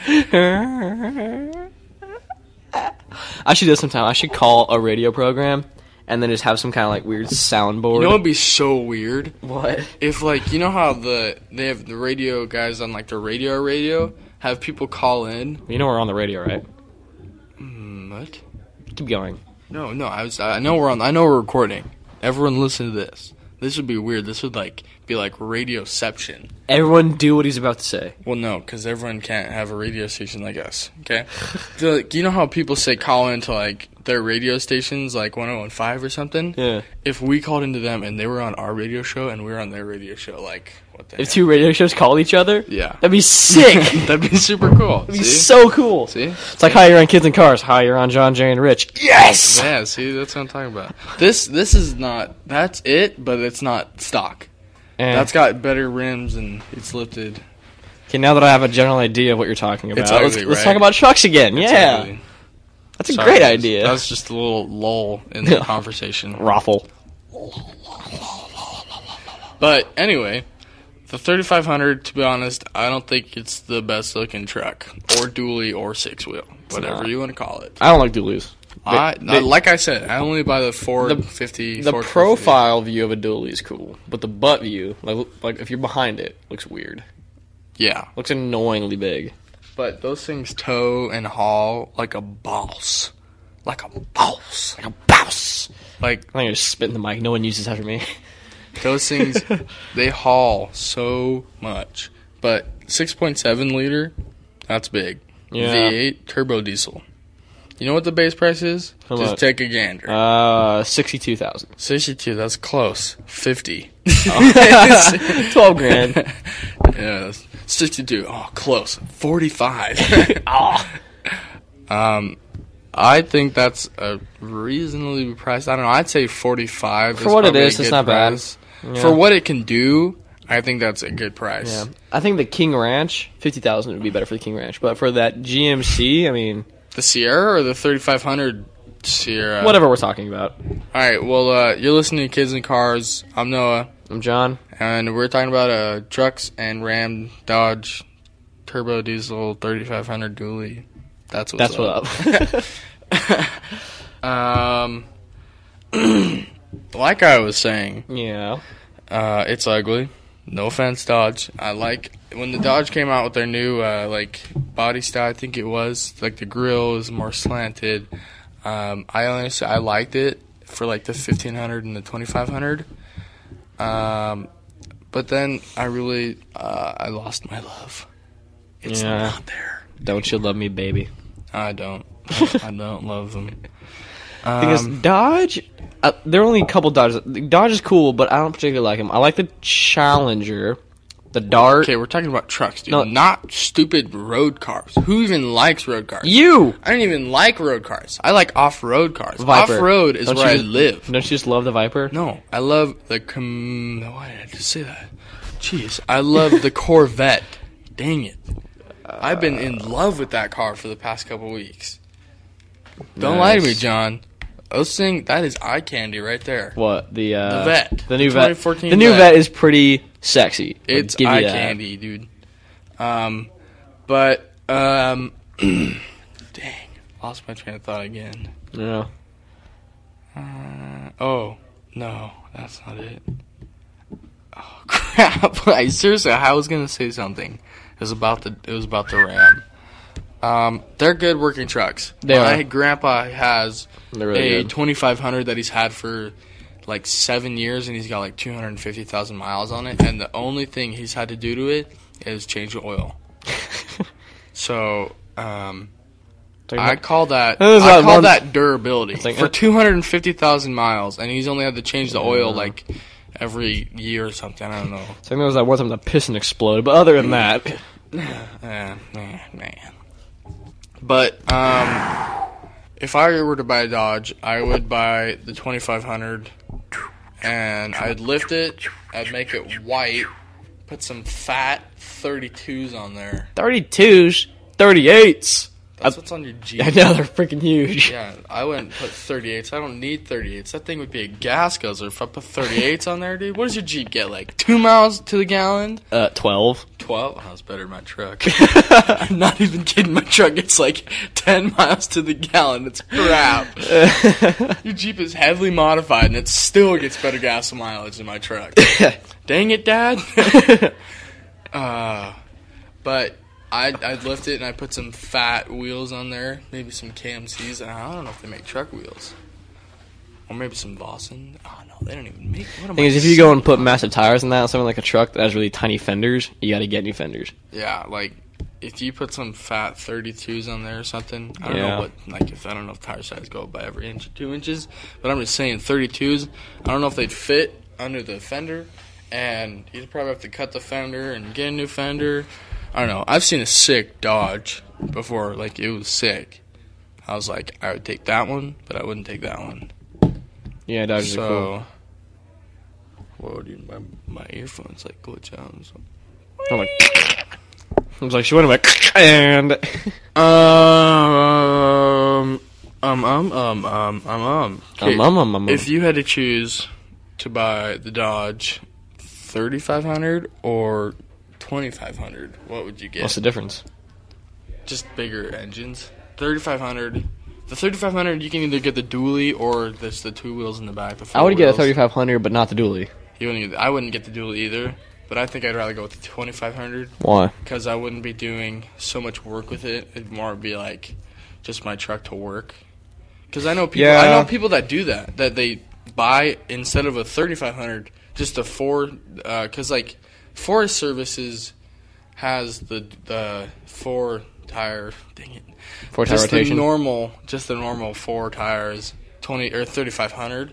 Speaker 2: I should do this sometime. I should call a radio program and then just have some kind of like weird soundboard.
Speaker 3: You know what'd be so weird?
Speaker 2: what?
Speaker 3: If like you know how the they have the radio guys on like the radio radio have people call in.
Speaker 2: You know we're on the radio, right?
Speaker 3: What?
Speaker 2: Keep going.
Speaker 3: No, no, I was I know we're on I know we're recording. Everyone listen to this. This would be weird. This would like be like radioception.
Speaker 2: Everyone do what he's about to say.
Speaker 3: Well, no, because everyone can't have a radio station like us. Okay, So, like, you know how people say call into like their radio stations, like 101.5 or something.
Speaker 2: Yeah.
Speaker 3: If we called into them and they were on our radio show and we were on their radio show, like what the
Speaker 2: If
Speaker 3: heck?
Speaker 2: two radio shows called each other,
Speaker 3: Yeah.
Speaker 2: that'd be sick.
Speaker 3: That'd be super cool.
Speaker 2: That'd be
Speaker 3: see?
Speaker 2: so cool.
Speaker 3: See?
Speaker 2: It's like, hi, you're on Kids and Cars. Hi, you're on John, Jay, and Rich. Yes!
Speaker 3: Yeah, see, that's what I'm talking about. This this is not that's it, but it's not stock.
Speaker 2: And,
Speaker 3: That's got better rims and it's lifted.
Speaker 2: okay, now that I have a general idea of what you're talking about,
Speaker 3: It's
Speaker 2: let's,
Speaker 3: ugly,
Speaker 2: let's
Speaker 3: right?
Speaker 2: talk about trucks again.
Speaker 3: It's
Speaker 2: yeah.
Speaker 3: ugly.
Speaker 2: That's a
Speaker 3: Sorry,
Speaker 2: great
Speaker 3: that was-
Speaker 2: idea.
Speaker 3: That was just a little lull in the conversation.
Speaker 2: Raffle.
Speaker 3: But anyway, the 3500, to be honest, I don't think it's the best looking truck or dually or six wheel, whatever
Speaker 2: not.
Speaker 3: you want to call it.
Speaker 2: I don't like Duluth.
Speaker 3: I,
Speaker 2: they-
Speaker 3: like I said, I only buy the 450.
Speaker 2: The
Speaker 3: 450.
Speaker 2: profile view of a dually is cool, but the butt view, like, like if you're behind it, looks weird.
Speaker 3: Yeah.
Speaker 2: Looks annoyingly big.
Speaker 3: But those things tow and haul like a boss. Like a boss.
Speaker 2: Like a bounce.
Speaker 3: Like
Speaker 2: I'm gonna just spit in the mic. No one uses that for me.
Speaker 3: those things, they haul so much. But 6.7 liter, that's big.
Speaker 2: Yeah.
Speaker 3: V8 turbo diesel. You know what the base price is?
Speaker 2: How
Speaker 3: Just
Speaker 2: much?
Speaker 3: take a gander.
Speaker 2: Uh, sixty-two thousand.
Speaker 3: 62, that's close. 50.
Speaker 2: Twelve grand.
Speaker 3: yeah, that's 62. Oh, close. 45. oh.
Speaker 2: Ah.
Speaker 3: Um, I think that's a reasonably priced. I don't know. I'd say 45.
Speaker 2: For what it
Speaker 3: probably a
Speaker 2: is, it's
Speaker 3: good
Speaker 2: not bad.
Speaker 3: price.
Speaker 2: Yeah.
Speaker 3: For what it can do, I think that's a good price.
Speaker 2: yeah, I think the King Ranch fifty thousand would be better for the King Ranch, but for that GMC, I mean,
Speaker 3: The Sierra or the 3500 Sierra?
Speaker 2: whatever we're talking about.
Speaker 3: All right, well, uh, you're listening to Kids in Cars. I'm Noah.
Speaker 2: I'm John.
Speaker 3: and we're talking about uh, trucks and Ram Dodge turbo diesel 3500 dually. That's what's
Speaker 2: That's what up.
Speaker 3: Um, like I was saying,
Speaker 2: yeah.
Speaker 3: uh, it's ugly. No offense, Dodge. I like when the Dodge came out with their new uh, like body style. I think it was like the grill is more slanted. Um, I honestly I liked it for like the fifteen hundred and the twenty five hundred. Um, but then I really uh, I lost my love. It's
Speaker 2: Yeah.
Speaker 3: not there.
Speaker 2: Don't you love me, baby?
Speaker 3: I don't. I don't love them.
Speaker 2: Because
Speaker 3: Um,
Speaker 2: Dodge, uh, there are only a couple Dodges. Dodge is cool, but I don't particularly like him. I like the Challenger, the Dart.
Speaker 3: Okay, we're talking about trucks, dude.
Speaker 2: No.
Speaker 3: Not stupid road cars. Who even likes road cars?
Speaker 2: You
Speaker 3: I don't even like road cars. I like off-road cars.
Speaker 2: Viper.
Speaker 3: Off-road is
Speaker 2: Don't
Speaker 3: where
Speaker 2: you
Speaker 3: I
Speaker 2: just-
Speaker 3: live.
Speaker 2: Don't you just love the Viper?
Speaker 3: No, I love the com. Why did I just say that? Jeez, I love the Corvette. Dang it!
Speaker 2: Uh,
Speaker 3: I've been in love with that car for the past couple weeks. Don't lie to me,
Speaker 2: Nice.
Speaker 3: John. Those thing that is eye candy right there.
Speaker 2: What the uh,
Speaker 3: The Vet.
Speaker 2: The new
Speaker 3: The
Speaker 2: vet.
Speaker 3: 2014
Speaker 2: The new
Speaker 3: Vet.
Speaker 2: vet. is pretty sexy. I'll
Speaker 3: It's
Speaker 2: give you
Speaker 3: eye
Speaker 2: that.
Speaker 3: candy, dude. Um, but um, dang, lost my train of thought again.
Speaker 2: Yeah.
Speaker 3: Oh no, that's not it. Oh crap! I seriously, I was gonna say something. It was about the it was about the Ram. Um, they're good working trucks.
Speaker 2: They
Speaker 3: My
Speaker 2: are.
Speaker 3: grandpa has
Speaker 2: They're really
Speaker 3: a
Speaker 2: good.
Speaker 3: 2500 that he's had for like seven years, and he's got like 250,000 miles on it. And the only thing he's had to do to it is change the oil. so. Um,
Speaker 2: Talking
Speaker 3: I
Speaker 2: about-
Speaker 3: call that
Speaker 2: That was
Speaker 3: I
Speaker 2: like
Speaker 3: call
Speaker 2: one-
Speaker 3: that durability
Speaker 2: like-
Speaker 3: for two hundred and fifty thousand miles, and he's only had to change the oil like every year or something. I don't know.
Speaker 2: I think there was that one time the piston exploded, but
Speaker 3: Mm.
Speaker 2: other than that,
Speaker 3: Yeah, man, man. But um, if I were to buy a Dodge, I would buy the twenty five hundred, and I'd lift it, I'd make it white, put some fat thirty twos on there.
Speaker 2: thirty twos, thirty eights.
Speaker 3: That's what's on your Jeep.
Speaker 2: I know they're freaking huge.
Speaker 3: Yeah, I wouldn't put 38s. I don't need 38s. That thing would be a gas guzzler if I put 38s on there, dude. What does your Jeep get? Like two miles to the gallon?
Speaker 2: Uh, twelve.
Speaker 3: 12? Oh, that's better than my truck. I'm not even kidding. My truck gets like 10 miles to the gallon. It's crap. your Jeep is heavily modified and it still gets better gas mileage than my truck. Dang it, Dad. uh, but I'd, I'd lift it and I put some fat wheels on there, maybe some KMCs. I don't know if they make truck wheels. Or maybe some Vossen. Oh no, they don't even make. What am
Speaker 2: Thing
Speaker 3: I
Speaker 2: is, if you go and put massive tires on that, something like a truck that has really tiny fenders, you got to get new fenders.
Speaker 3: Yeah, like if you put some fat 32s on there or something, I don't
Speaker 2: Yeah.
Speaker 3: know what like if I don't know if tire size go up by every inch or two inches, but I'm just saying 32s. I don't know if they'd fit under the fender, and you'd probably have to cut the fender and get a new fender. I don't know. I've seen a sick Dodge before, like it was sick. I was like, I would take that one, but I wouldn't take that one.
Speaker 2: Yeah, Dodgers are cool.
Speaker 3: So, whoa, dude, my my earphones like glitch out. And stuff.
Speaker 2: I'm like, I was like, she went like, and
Speaker 3: Um, um, um, um, um, um, um. 'Kay,
Speaker 2: Um, um, um, um, um.
Speaker 3: If you had to choose to buy the Dodge 3500 or 2500, what would you get?
Speaker 2: what's the difference?
Speaker 3: Just bigger engines. 3500. The 3500, you can either get the dually or this the two wheels in the back. The
Speaker 2: I would get a
Speaker 3: four wheels.
Speaker 2: 3500, but not the dually.
Speaker 3: You wouldn't get- I wouldn't get the dually either, but I think I'd rather go with the 2500
Speaker 2: Why?
Speaker 3: because I wouldn't be doing so much work with it. It'd more be like just my truck to work. Because I know people. I
Speaker 2: Yeah.
Speaker 3: know people that do that. That they buy instead of a thirty five hundred, just a four. Because like Forest Services has the the four tire. Dang it.
Speaker 2: Four tire
Speaker 3: just
Speaker 2: rotation.
Speaker 3: the normal, just the normal four tires, twenty or thirty five hundred,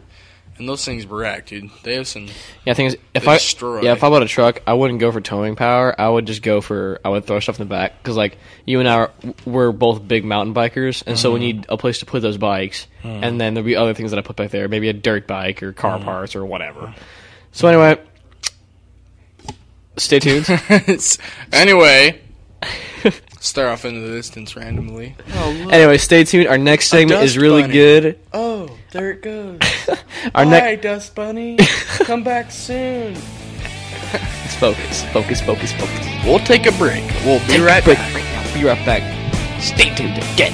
Speaker 3: and those things wreck, dude. They have some.
Speaker 2: yeah, thing is, if
Speaker 3: They
Speaker 2: I
Speaker 3: destroy.
Speaker 2: yeah, if I bought a truck, I wouldn't go for towing power. I would just go for I would throw stuff in the back because like you and I are, we're both big mountain bikers, and
Speaker 3: Mm-hmm.
Speaker 2: so we need a place to put those bikes,
Speaker 3: Mm.
Speaker 2: and then there'll be other things that I put back there, maybe a dirt bike or car parts or
Speaker 3: Mm.
Speaker 2: whatever. So anyway, stay tuned.
Speaker 3: anyway, start off into the distance randomly.
Speaker 2: anyway, stay tuned. Our next segment is
Speaker 3: dust
Speaker 2: really
Speaker 3: bunny.
Speaker 2: good.
Speaker 3: Oh, there it goes.
Speaker 2: Our
Speaker 3: Hi,
Speaker 2: next
Speaker 3: Dust Bunny. Come back soon.
Speaker 2: focus, focus, focus, focus.
Speaker 3: We'll take a break. We'll be right
Speaker 2: break.
Speaker 3: back.
Speaker 2: Be right back. Stay tuned again.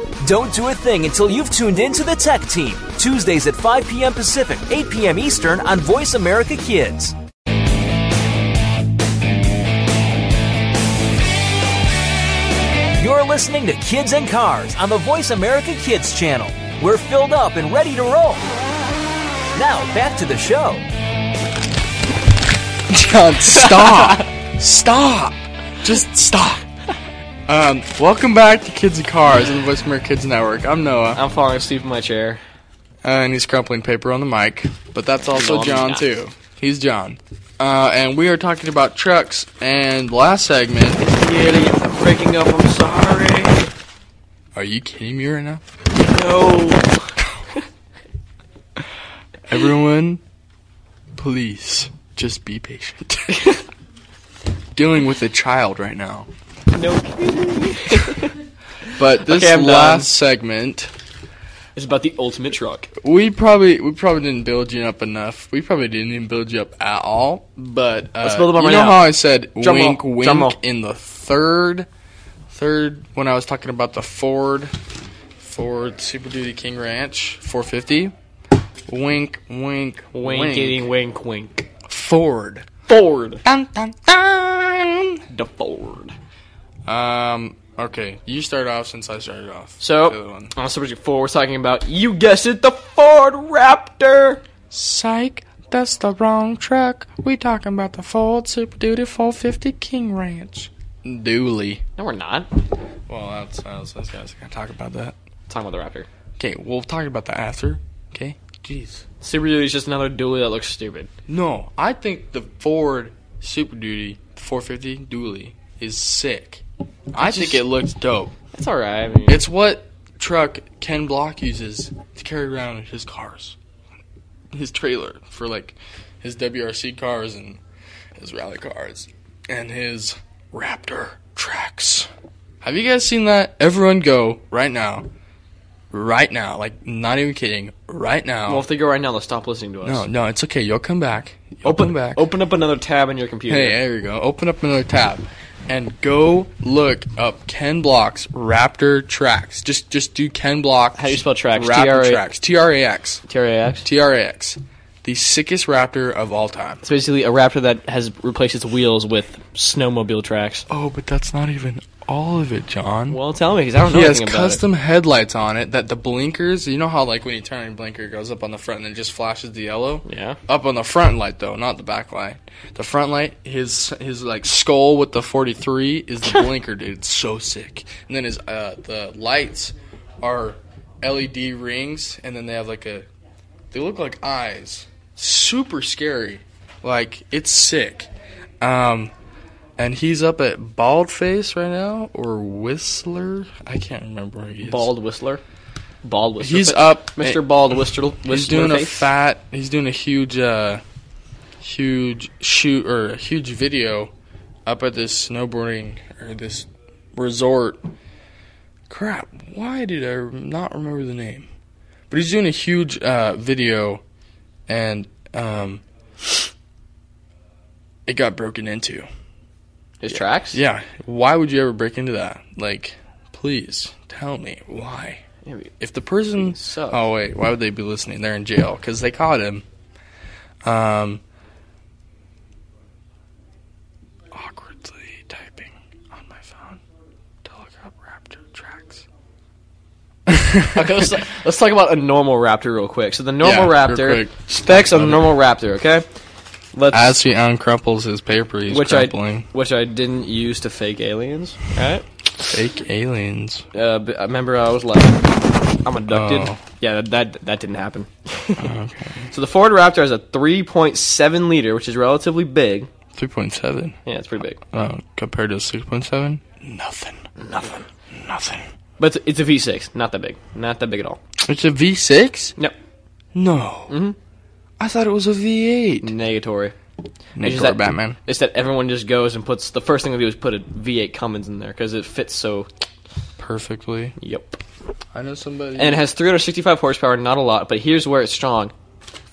Speaker 1: Don't do a thing until you've tuned in to the Tech Team, Tuesdays at 5 p.m. Pacific, 8 p.m. Eastern on Voice America Kids. You're listening to Kids and Cars on the Voice America Kids channel. We're filled up and ready to roll. Now, back to the show.
Speaker 3: John, stop. stop. Just stop. Um, welcome back to Kids and Cars and the Voice America Kids Network. I'm Noah,
Speaker 2: I'm falling asleep in my chair.
Speaker 3: uh, and he's crumpling paper on the mic, but that's also
Speaker 2: No, I'm
Speaker 3: John
Speaker 2: not.
Speaker 3: too. He's John, uh, and we are talking about trucks. And last segment,
Speaker 2: Idiot, I'm breaking up. I'm sorry.
Speaker 3: are you kidding me right now?
Speaker 2: No.
Speaker 3: Everyone, please just be patient. Dealing with a child right now.
Speaker 2: No.
Speaker 3: But this
Speaker 2: Okay, I'm done.
Speaker 3: last segment,
Speaker 2: It's about the ultimate truck.
Speaker 3: we probably we probably didn't build you up enough. We probably didn't even build you up at all. But uh,
Speaker 2: Let's build 'em up
Speaker 3: you
Speaker 2: right
Speaker 3: know
Speaker 2: now.
Speaker 3: how I said
Speaker 2: Drum roll,
Speaker 3: wink wink
Speaker 2: drum roll.
Speaker 3: in the third third when I was talking about the Ford Ford Super Duty King Ranch 450. Wink wink
Speaker 2: Winking, wink, wink.
Speaker 3: Ford.
Speaker 2: Ford.
Speaker 3: Dun, dun, dun.
Speaker 2: The Ford.
Speaker 3: Um. Okay, you start off since I started off. the other
Speaker 2: So,
Speaker 3: one.
Speaker 2: on Super Duty 4, we're talking about, you guessed it, the Ford Raptor.
Speaker 3: Psych, that's the wrong truck. We talking about the Ford Super Duty 450 King Ranch. Dually.
Speaker 2: No, we're not.
Speaker 3: Well, that's, that's, that's, that's gonna talk about that.
Speaker 2: Time of the Raptor.
Speaker 3: Okay, we'll talk about that after. Okay. Jeez.
Speaker 2: Super Duty is just another dually that looks stupid.
Speaker 3: No, I think the Ford Super Duty, 450 Dually, is sick. I think it looks dope.
Speaker 2: It's all right. I mean,
Speaker 3: It's what truck Ken Block uses to carry around his cars, his trailer for like his WRC cars and his rally cars and his Raptor tracks. Have you guys seen that? Everyone go right now. Right now. Like, not even kidding. Right now.
Speaker 2: well, if they go right now, they'll stop listening to us.
Speaker 3: no, no, it's okay. You'll come back. You'll
Speaker 2: Open
Speaker 3: come back.
Speaker 2: Open up another tab in your computer.
Speaker 3: Hey, eh? there you go. Open up another tab and go look up Ken Block's Raptor tracks. Just just do Ken Block.
Speaker 2: How do you spell tracks?
Speaker 3: Raptor
Speaker 2: TRA
Speaker 3: tracks. T R A X.
Speaker 2: TRAX.
Speaker 3: T R A X. The sickest Raptor of all time.
Speaker 2: It's basically a Raptor that has replaced its wheels with snowmobile tracks.
Speaker 3: Oh, but that's not even all of it, John.
Speaker 2: Well, tell me because I don't know
Speaker 3: he has
Speaker 2: anything about
Speaker 3: custom headlights on it that the blinkers. You know how like when you turn on your blinker, it goes up on the front and then just flashes the yellow.
Speaker 2: Yeah.
Speaker 3: Up on the front light though, not the back light. The front light, his his like skull with the forty three is the blinker, dude. It's so sick. And then his uh the lights are LED rings, and then they have like a they look like eyes. Super scary. Like it's sick. Um, and he's up at Baldface right now, or Whistler. I can't remember where he is.
Speaker 2: it. Bald Whistler. Bald Whistler.
Speaker 3: He's
Speaker 2: Face.
Speaker 3: up-
Speaker 2: Mr. Bald Whistler. Whistler
Speaker 3: He's doing a
Speaker 2: Face.
Speaker 3: fat. He's doing a huge, uh, huge shoot or a huge video up at this snowboarding or this resort. Crap! Why did I not remember the name? But he's doing a huge uh, video, and um, it got broken into.
Speaker 2: His tracks.
Speaker 3: Yeah. Why would you ever break into that? Like, please tell me why. If the person,
Speaker 2: sucks.
Speaker 3: oh wait, why would they be listening? They're in jail because they caught him. Um, awkwardly typing on my phone. To look up Raptor tracks.
Speaker 2: Okay, let's, let's talk about a normal Raptor real quick. So the normal
Speaker 3: Yeah, real
Speaker 2: Raptor
Speaker 3: quick.
Speaker 2: specs of a normal Raptor. Okay. Let's.
Speaker 3: As he uncrumples his paper, he's
Speaker 2: which I
Speaker 3: crumpling
Speaker 2: which I didn't use to fake aliens. Right?
Speaker 3: fake aliens.
Speaker 2: Uh, but I remember I was like, I'm abducted.
Speaker 3: Oh.
Speaker 2: Yeah, that that didn't happen. So the Ford Raptor has a 3.7 liter, which is relatively big.
Speaker 3: Three point seven.
Speaker 2: Yeah, it's pretty big.
Speaker 3: Oh, compared to six point seven. Nothing. Nothing. Nothing.
Speaker 2: But it's, it's a V6, not that big, not that big at all.
Speaker 3: It's a Mm-hmm. V6?
Speaker 2: No,
Speaker 3: No. I thought it was a V8.
Speaker 2: negatory.
Speaker 3: Nick
Speaker 2: just
Speaker 3: or
Speaker 2: that-
Speaker 3: Batman.
Speaker 2: It's that everyone just goes and puts the first thing they do is put a V8 Cummins in there because it fits so.
Speaker 3: Perfectly.
Speaker 2: Yep.
Speaker 3: I know somebody.
Speaker 2: And it has 365 horsepower, not a lot, but here's where it's strong: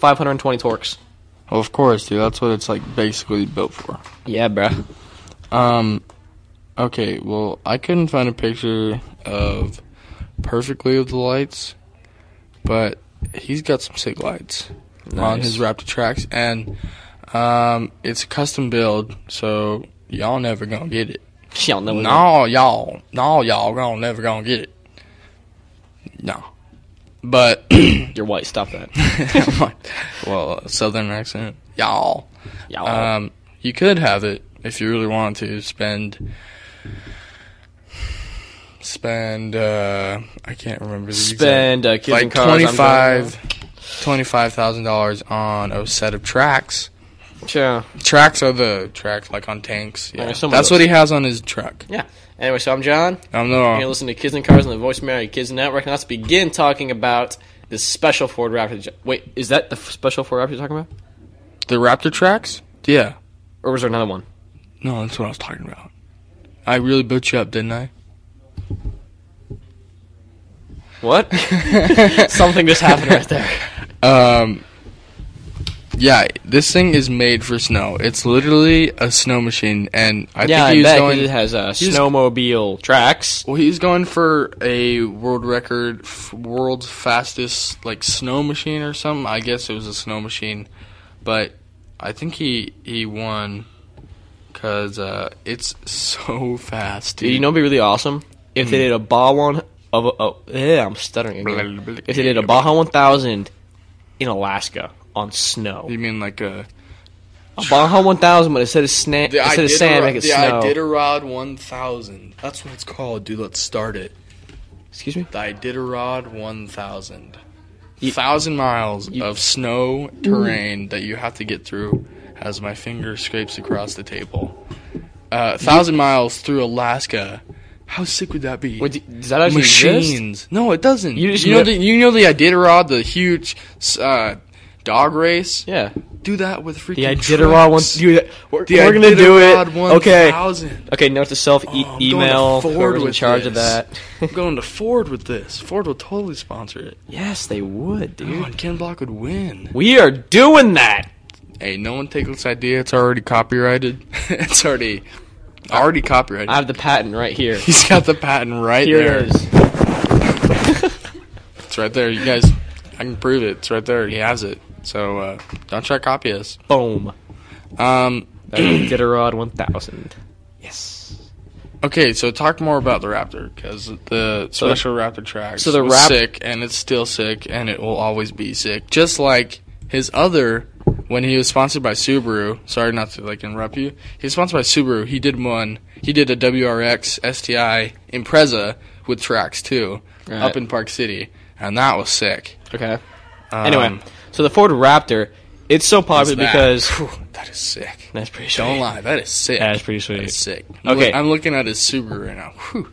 Speaker 2: 520 torques.
Speaker 3: well, of course, dude. That's what it's like basically built for.
Speaker 2: Yeah, bruh.
Speaker 3: Um, okay. Well, I couldn't find a picture of perfectly of the lights, but he's got some sick lights on
Speaker 2: Nice.
Speaker 3: his Raptor tracks, and um, it's a custom build, so y'all never gonna get it.
Speaker 2: She'll know.
Speaker 3: No, y'all. No, y'all gonna never gonna get it. No. But
Speaker 2: you're white. Stop that.
Speaker 3: well, uh, southern accent. Y'all.
Speaker 2: Y'all.
Speaker 3: Um you could have it if you really wanted to spend spend uh I can't remember the exact-
Speaker 2: spend uh, kids
Speaker 3: like
Speaker 2: and cars. I'm going-
Speaker 3: twenty five twenty five thousand dollars on a set of tracks.
Speaker 2: Yeah.
Speaker 3: Tracks are the tracks like on tanks. Yeah.
Speaker 2: Yeah, some of
Speaker 3: That's
Speaker 2: those.
Speaker 3: what he has on his truck.
Speaker 2: Yeah. Anyway, so I'm John.
Speaker 3: I'm not
Speaker 2: You're listening to Kids and Cars on the Voice of Mary Kids Network, and let's begin talking about this special Ford Raptor. Wait, is that the f- special Ford Raptor you're talking about,
Speaker 3: The Raptor tracks? Yeah.
Speaker 2: or was there another one?
Speaker 3: No, that's what I was talking about. I really built you up, didn't I?
Speaker 2: What? Something just happened right there.
Speaker 3: Yeah, this thing is made for snow. It's literally a snow machine, and I
Speaker 2: Yeah,
Speaker 3: think
Speaker 2: I
Speaker 3: he's
Speaker 2: bet 'cause
Speaker 3: going.
Speaker 2: it has uh,
Speaker 3: he's-
Speaker 2: snowmobile tracks.
Speaker 3: well, he's going for a world record, f- world's fastest like snow machine or something. I guess it was a snow machine, but I think he he won because uh, it's so fast. Dude.
Speaker 2: Dude, you know, what'd be really awesome if
Speaker 3: Hmm.
Speaker 2: they did a Baja one of a, oh yeah, I'm stuttering
Speaker 3: Blah, blah, blah.
Speaker 2: again. If they did a Baja 1000 in Alaska on snow,
Speaker 3: You mean like a
Speaker 2: A Baja 1000, but instead of, sna-
Speaker 3: The
Speaker 2: instead of
Speaker 3: Iditarod-
Speaker 2: sand, make it
Speaker 3: the
Speaker 2: snow.
Speaker 3: Iditarod 1000. That's what it's called, dude. Let's start it.
Speaker 2: Excuse me?
Speaker 3: The Iditarod 1000. Thousand miles of snow terrain that you have to get through as my finger scrapes across the table. Uh, thousand miles through Alaska. How sick would that be?
Speaker 2: Wait, d- does that actually exist?
Speaker 3: machines. No, it doesn't.
Speaker 2: You
Speaker 3: You,
Speaker 2: just
Speaker 3: know
Speaker 2: met-
Speaker 3: the you know the Iditarod, the huge uh, dog race.
Speaker 2: Yeah.
Speaker 3: do that with freaking.
Speaker 2: The Iditarod one.
Speaker 3: trucks.
Speaker 2: dude, We're,
Speaker 3: The
Speaker 2: we're gonna do it.
Speaker 3: Iditarod 1000.
Speaker 2: Okay. Okay. Note to self: e-
Speaker 3: Oh, I'm going to
Speaker 2: email
Speaker 3: Ford
Speaker 2: whoever's in
Speaker 3: with
Speaker 2: charge of
Speaker 3: this.
Speaker 2: that.
Speaker 3: I'm going to Ford with this. Ford will totally sponsor it.
Speaker 2: yes, they would,
Speaker 3: Oh,
Speaker 2: dude.
Speaker 3: and Ken Block would win.
Speaker 2: We are doing that.
Speaker 3: Hey, no one take this idea. It's already copyrighted. it's already already copyrighted.
Speaker 2: I have the patent right here.
Speaker 3: He's got the patent right
Speaker 2: Here
Speaker 3: there.
Speaker 2: it is.
Speaker 3: It's right there. You guys, I can prove it. It's right there. He has it. So uh, don't try to copy us.
Speaker 2: Boom.
Speaker 3: Um,
Speaker 2: That's Iditarod 1000.
Speaker 3: Okay, so talk more about the Raptor because the
Speaker 2: the-
Speaker 3: special Raptor track
Speaker 2: so the
Speaker 3: was
Speaker 2: Rap-
Speaker 3: sick and it's still sick and it will always be sick. Just like his other when he was sponsored by Subaru. Sorry not to like interrupt you. He was sponsored by Subaru. He did one. He did a WRX STI Impreza with tracks too
Speaker 2: Right.
Speaker 3: up in Park City, and that was sick.
Speaker 2: Okay.
Speaker 3: Um,
Speaker 2: Anyway, so the Ford Raptor, it's so
Speaker 3: it's
Speaker 2: popular
Speaker 3: that.
Speaker 2: because
Speaker 3: Phew, that is sick.
Speaker 2: that's pretty.
Speaker 3: Don't
Speaker 2: sweet.
Speaker 3: lie, that is sick.
Speaker 2: That is pretty sweet.
Speaker 3: That is sick.
Speaker 2: Okay.
Speaker 3: I'm looking at his Subaru right now. Whew.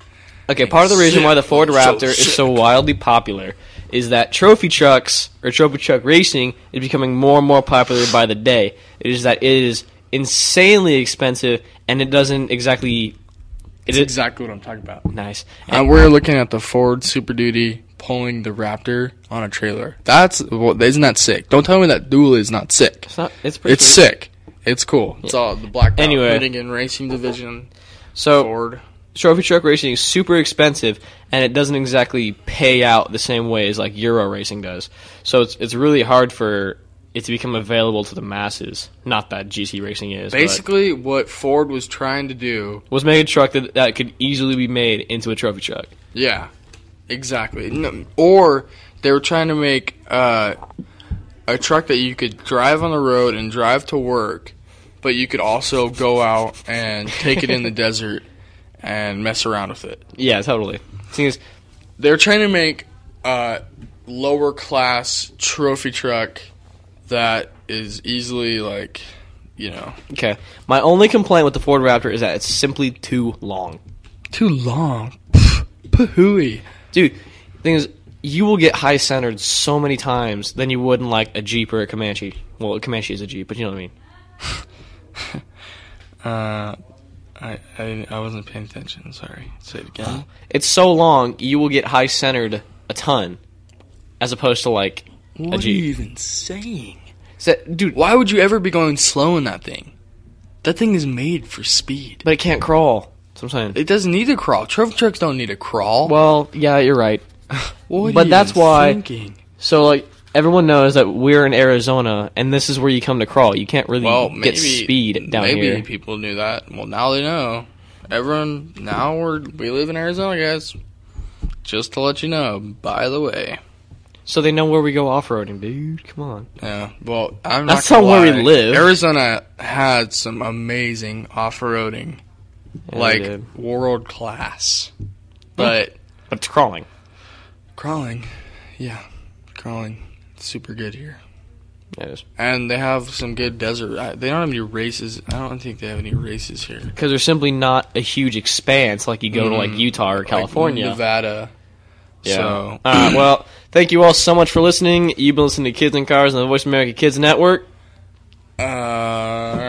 Speaker 2: Okay, part of the reason
Speaker 3: Sick.
Speaker 2: why the Ford
Speaker 3: So
Speaker 2: Raptor is
Speaker 3: sick.
Speaker 2: so wildly popular is that trophy trucks or trophy truck racing is becoming more and more popular by the day. It is that it is insanely expensive and it doesn't exactly
Speaker 3: It's
Speaker 2: it-
Speaker 3: exactly what I'm talking about.
Speaker 2: nice.
Speaker 3: Uh, we're looking at the Ford Super Duty pulling the Raptor on a trailer. That's well, isn't that sick? Don't tell me that dual is not sick.
Speaker 2: It's not. It's pretty.
Speaker 3: It's
Speaker 2: sweet.
Speaker 3: sick. It's cool. It's all the black belt
Speaker 2: Anyway.
Speaker 3: winning in racing division.
Speaker 2: So
Speaker 3: Ford.
Speaker 2: trophy truck racing is super expensive and it doesn't exactly pay out the same way as like Euro racing does. So it's it's really hard for it to become available to the masses. Not that GT racing is but-
Speaker 3: Basically, what Ford was trying to do.
Speaker 2: was make a truck that, that could easily be made into a trophy truck.
Speaker 3: Yeah, exactly. No, or they were trying to make uh, a truck that you could drive on the road and drive to work, but you could also go out and take it in the desert and mess around with it.
Speaker 2: Yeah, totally. Thing is,
Speaker 3: they're trying to make a lower class trophy truck that is easily like you know
Speaker 2: okay. My only complaint with the Ford Raptor is that it's simply too long.
Speaker 3: too long pahooey
Speaker 2: Dude, thing is, you will get high centered so many times than you would in like a Jeep or a Comanche. Well, a Comanche is a Jeep, but you know what I mean.
Speaker 3: I, I i wasn't paying attention sorry say it again
Speaker 2: It's so long, you will get high centered a ton, as opposed to like a
Speaker 3: what are you
Speaker 2: Jeep.
Speaker 3: even saying
Speaker 2: So- dude,
Speaker 3: why would you ever be going slow in that thing that thing is made for speed
Speaker 2: but it can't crawl. That's what I'm saying.
Speaker 3: it doesn't need to crawl trophy trucks don't need to crawl
Speaker 2: Well, yeah, you're right.
Speaker 3: what
Speaker 2: but that's
Speaker 3: even
Speaker 2: why-
Speaker 3: thinking?
Speaker 2: So like everyone knows that we're in Arizona, and this is where you come to crawl. You can't really
Speaker 3: well, maybe,
Speaker 2: get speed down
Speaker 3: maybe
Speaker 2: here.
Speaker 3: people knew that. Well, now they know. Everyone, now we're we live in Arizona, guys. Just to let you know, by the way.
Speaker 2: So they know where we go off roading, dude. Come on.
Speaker 3: Yeah. Well, I'm
Speaker 2: That's
Speaker 3: not,
Speaker 2: not where we
Speaker 3: gonna lie.
Speaker 2: live.
Speaker 3: Arizona had some amazing off-roading,
Speaker 2: Yeah, they did.
Speaker 3: like world class. But
Speaker 2: but it's crawling.
Speaker 3: crawling, yeah, crawling, super good here.
Speaker 2: It is
Speaker 3: And they have some good desert. I- They don't have any races. I don't think they have any races here.
Speaker 2: because there's simply not a huge expanse like you go to Mm. like Utah or
Speaker 3: Like
Speaker 2: California.
Speaker 3: Nevada.
Speaker 2: yeah.
Speaker 3: So
Speaker 2: All right. Well, thank you all so much for listening. You've been listening to Kids in Cars on the Voice America Kids Network.
Speaker 3: Uh,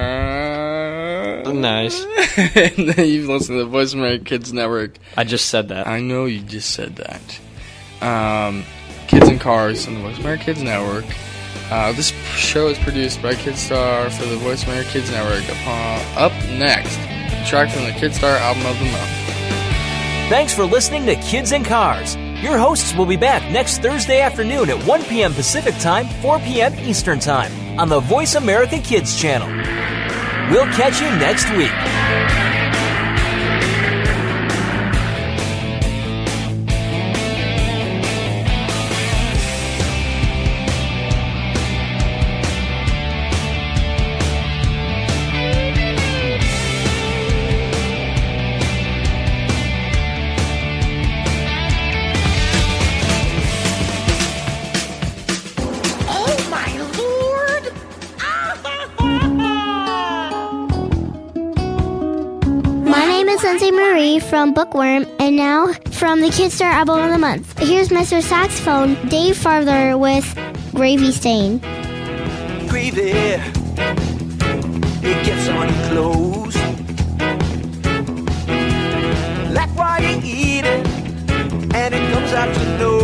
Speaker 2: Nice.
Speaker 3: and then you've listened to the Voice America Kids Network.
Speaker 2: I just said that.
Speaker 3: I know you just said that. Um, Kids in Cars on the Voice America Kids Network. Uh, this show is produced by Kidstar for the Voice America Kids Network. Upon, up next, a track from the Kidstar album of the month.
Speaker 1: Thanks for listening to Kids in Cars. Your hosts will be back next Thursday afternoon at 1 p.m. Pacific Time, 4 p.m. Eastern Time on the Voice America Kids channel. We'll catch you next week.
Speaker 8: is Lindsay Marie from Bookworm, and now from the Kidstar Album of the Month. Here's Mr. Saxophone, Dave Farther with Gravy Stain.
Speaker 7: Gravy, it gets on your clothes. Like while you eat it, and it comes out your nose.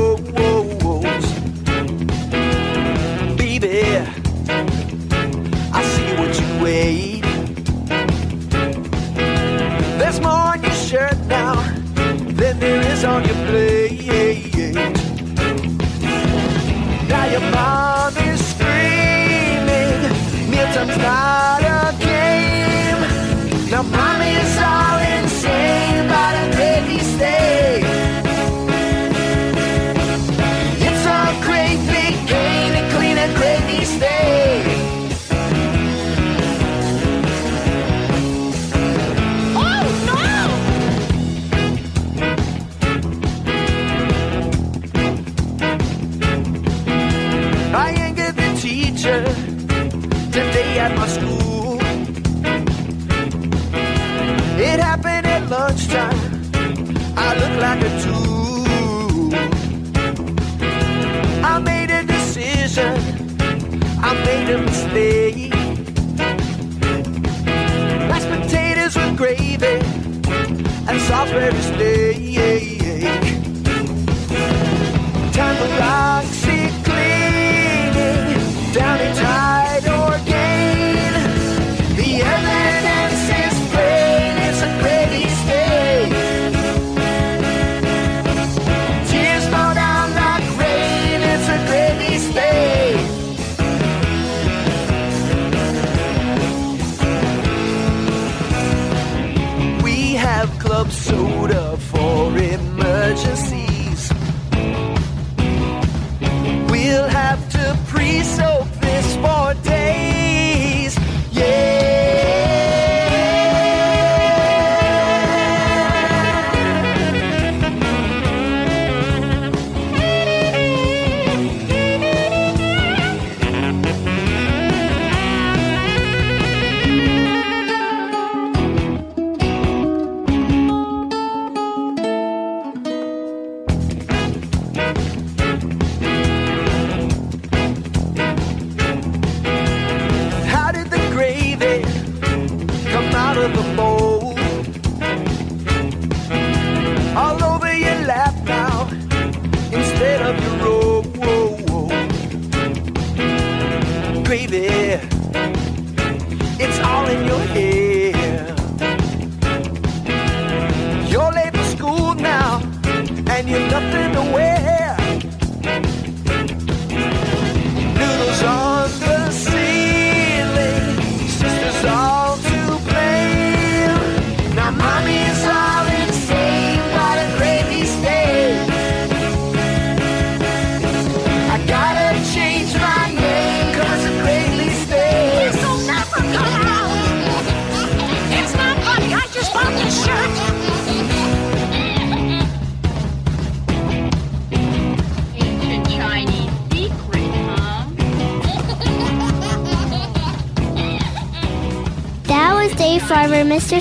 Speaker 7: Baby, I see what you weigh. There's more on your shirt now than there is on your plate. Now your mom is screaming. Mealtime's not a game. Now mommy is all insane about a baby stay. It's a great big game to clean a gravy stain. I angered the teacher today at my school. It happened at lunchtime. I look like a tool. I made a decision. I made a mistake. Mashed potatoes with gravy and Salisbury steak. Time for Roxy cleaning down in tide or gain. The evidence is plain, it's a gravy stain. Tears fall down like rain, it's a gravy stain. We have club soda for emergencies. We'll have to pre-soak this for days. Yeah. How did the gravy come out of the bowl? All over your lap now, instead of your robe. Gravy, it's all in your hair. You're late for school now, and you're nothing to wear noodles on the ceiling. Sisters all to blame. Now mommy's all insane by the gravy stain. I gotta change my name 'cause the gravy stain.
Speaker 8: It's not funny, I just bought this
Speaker 6: Ancient Chinese secret, huh?
Speaker 8: That was Dave Farmer, Mr.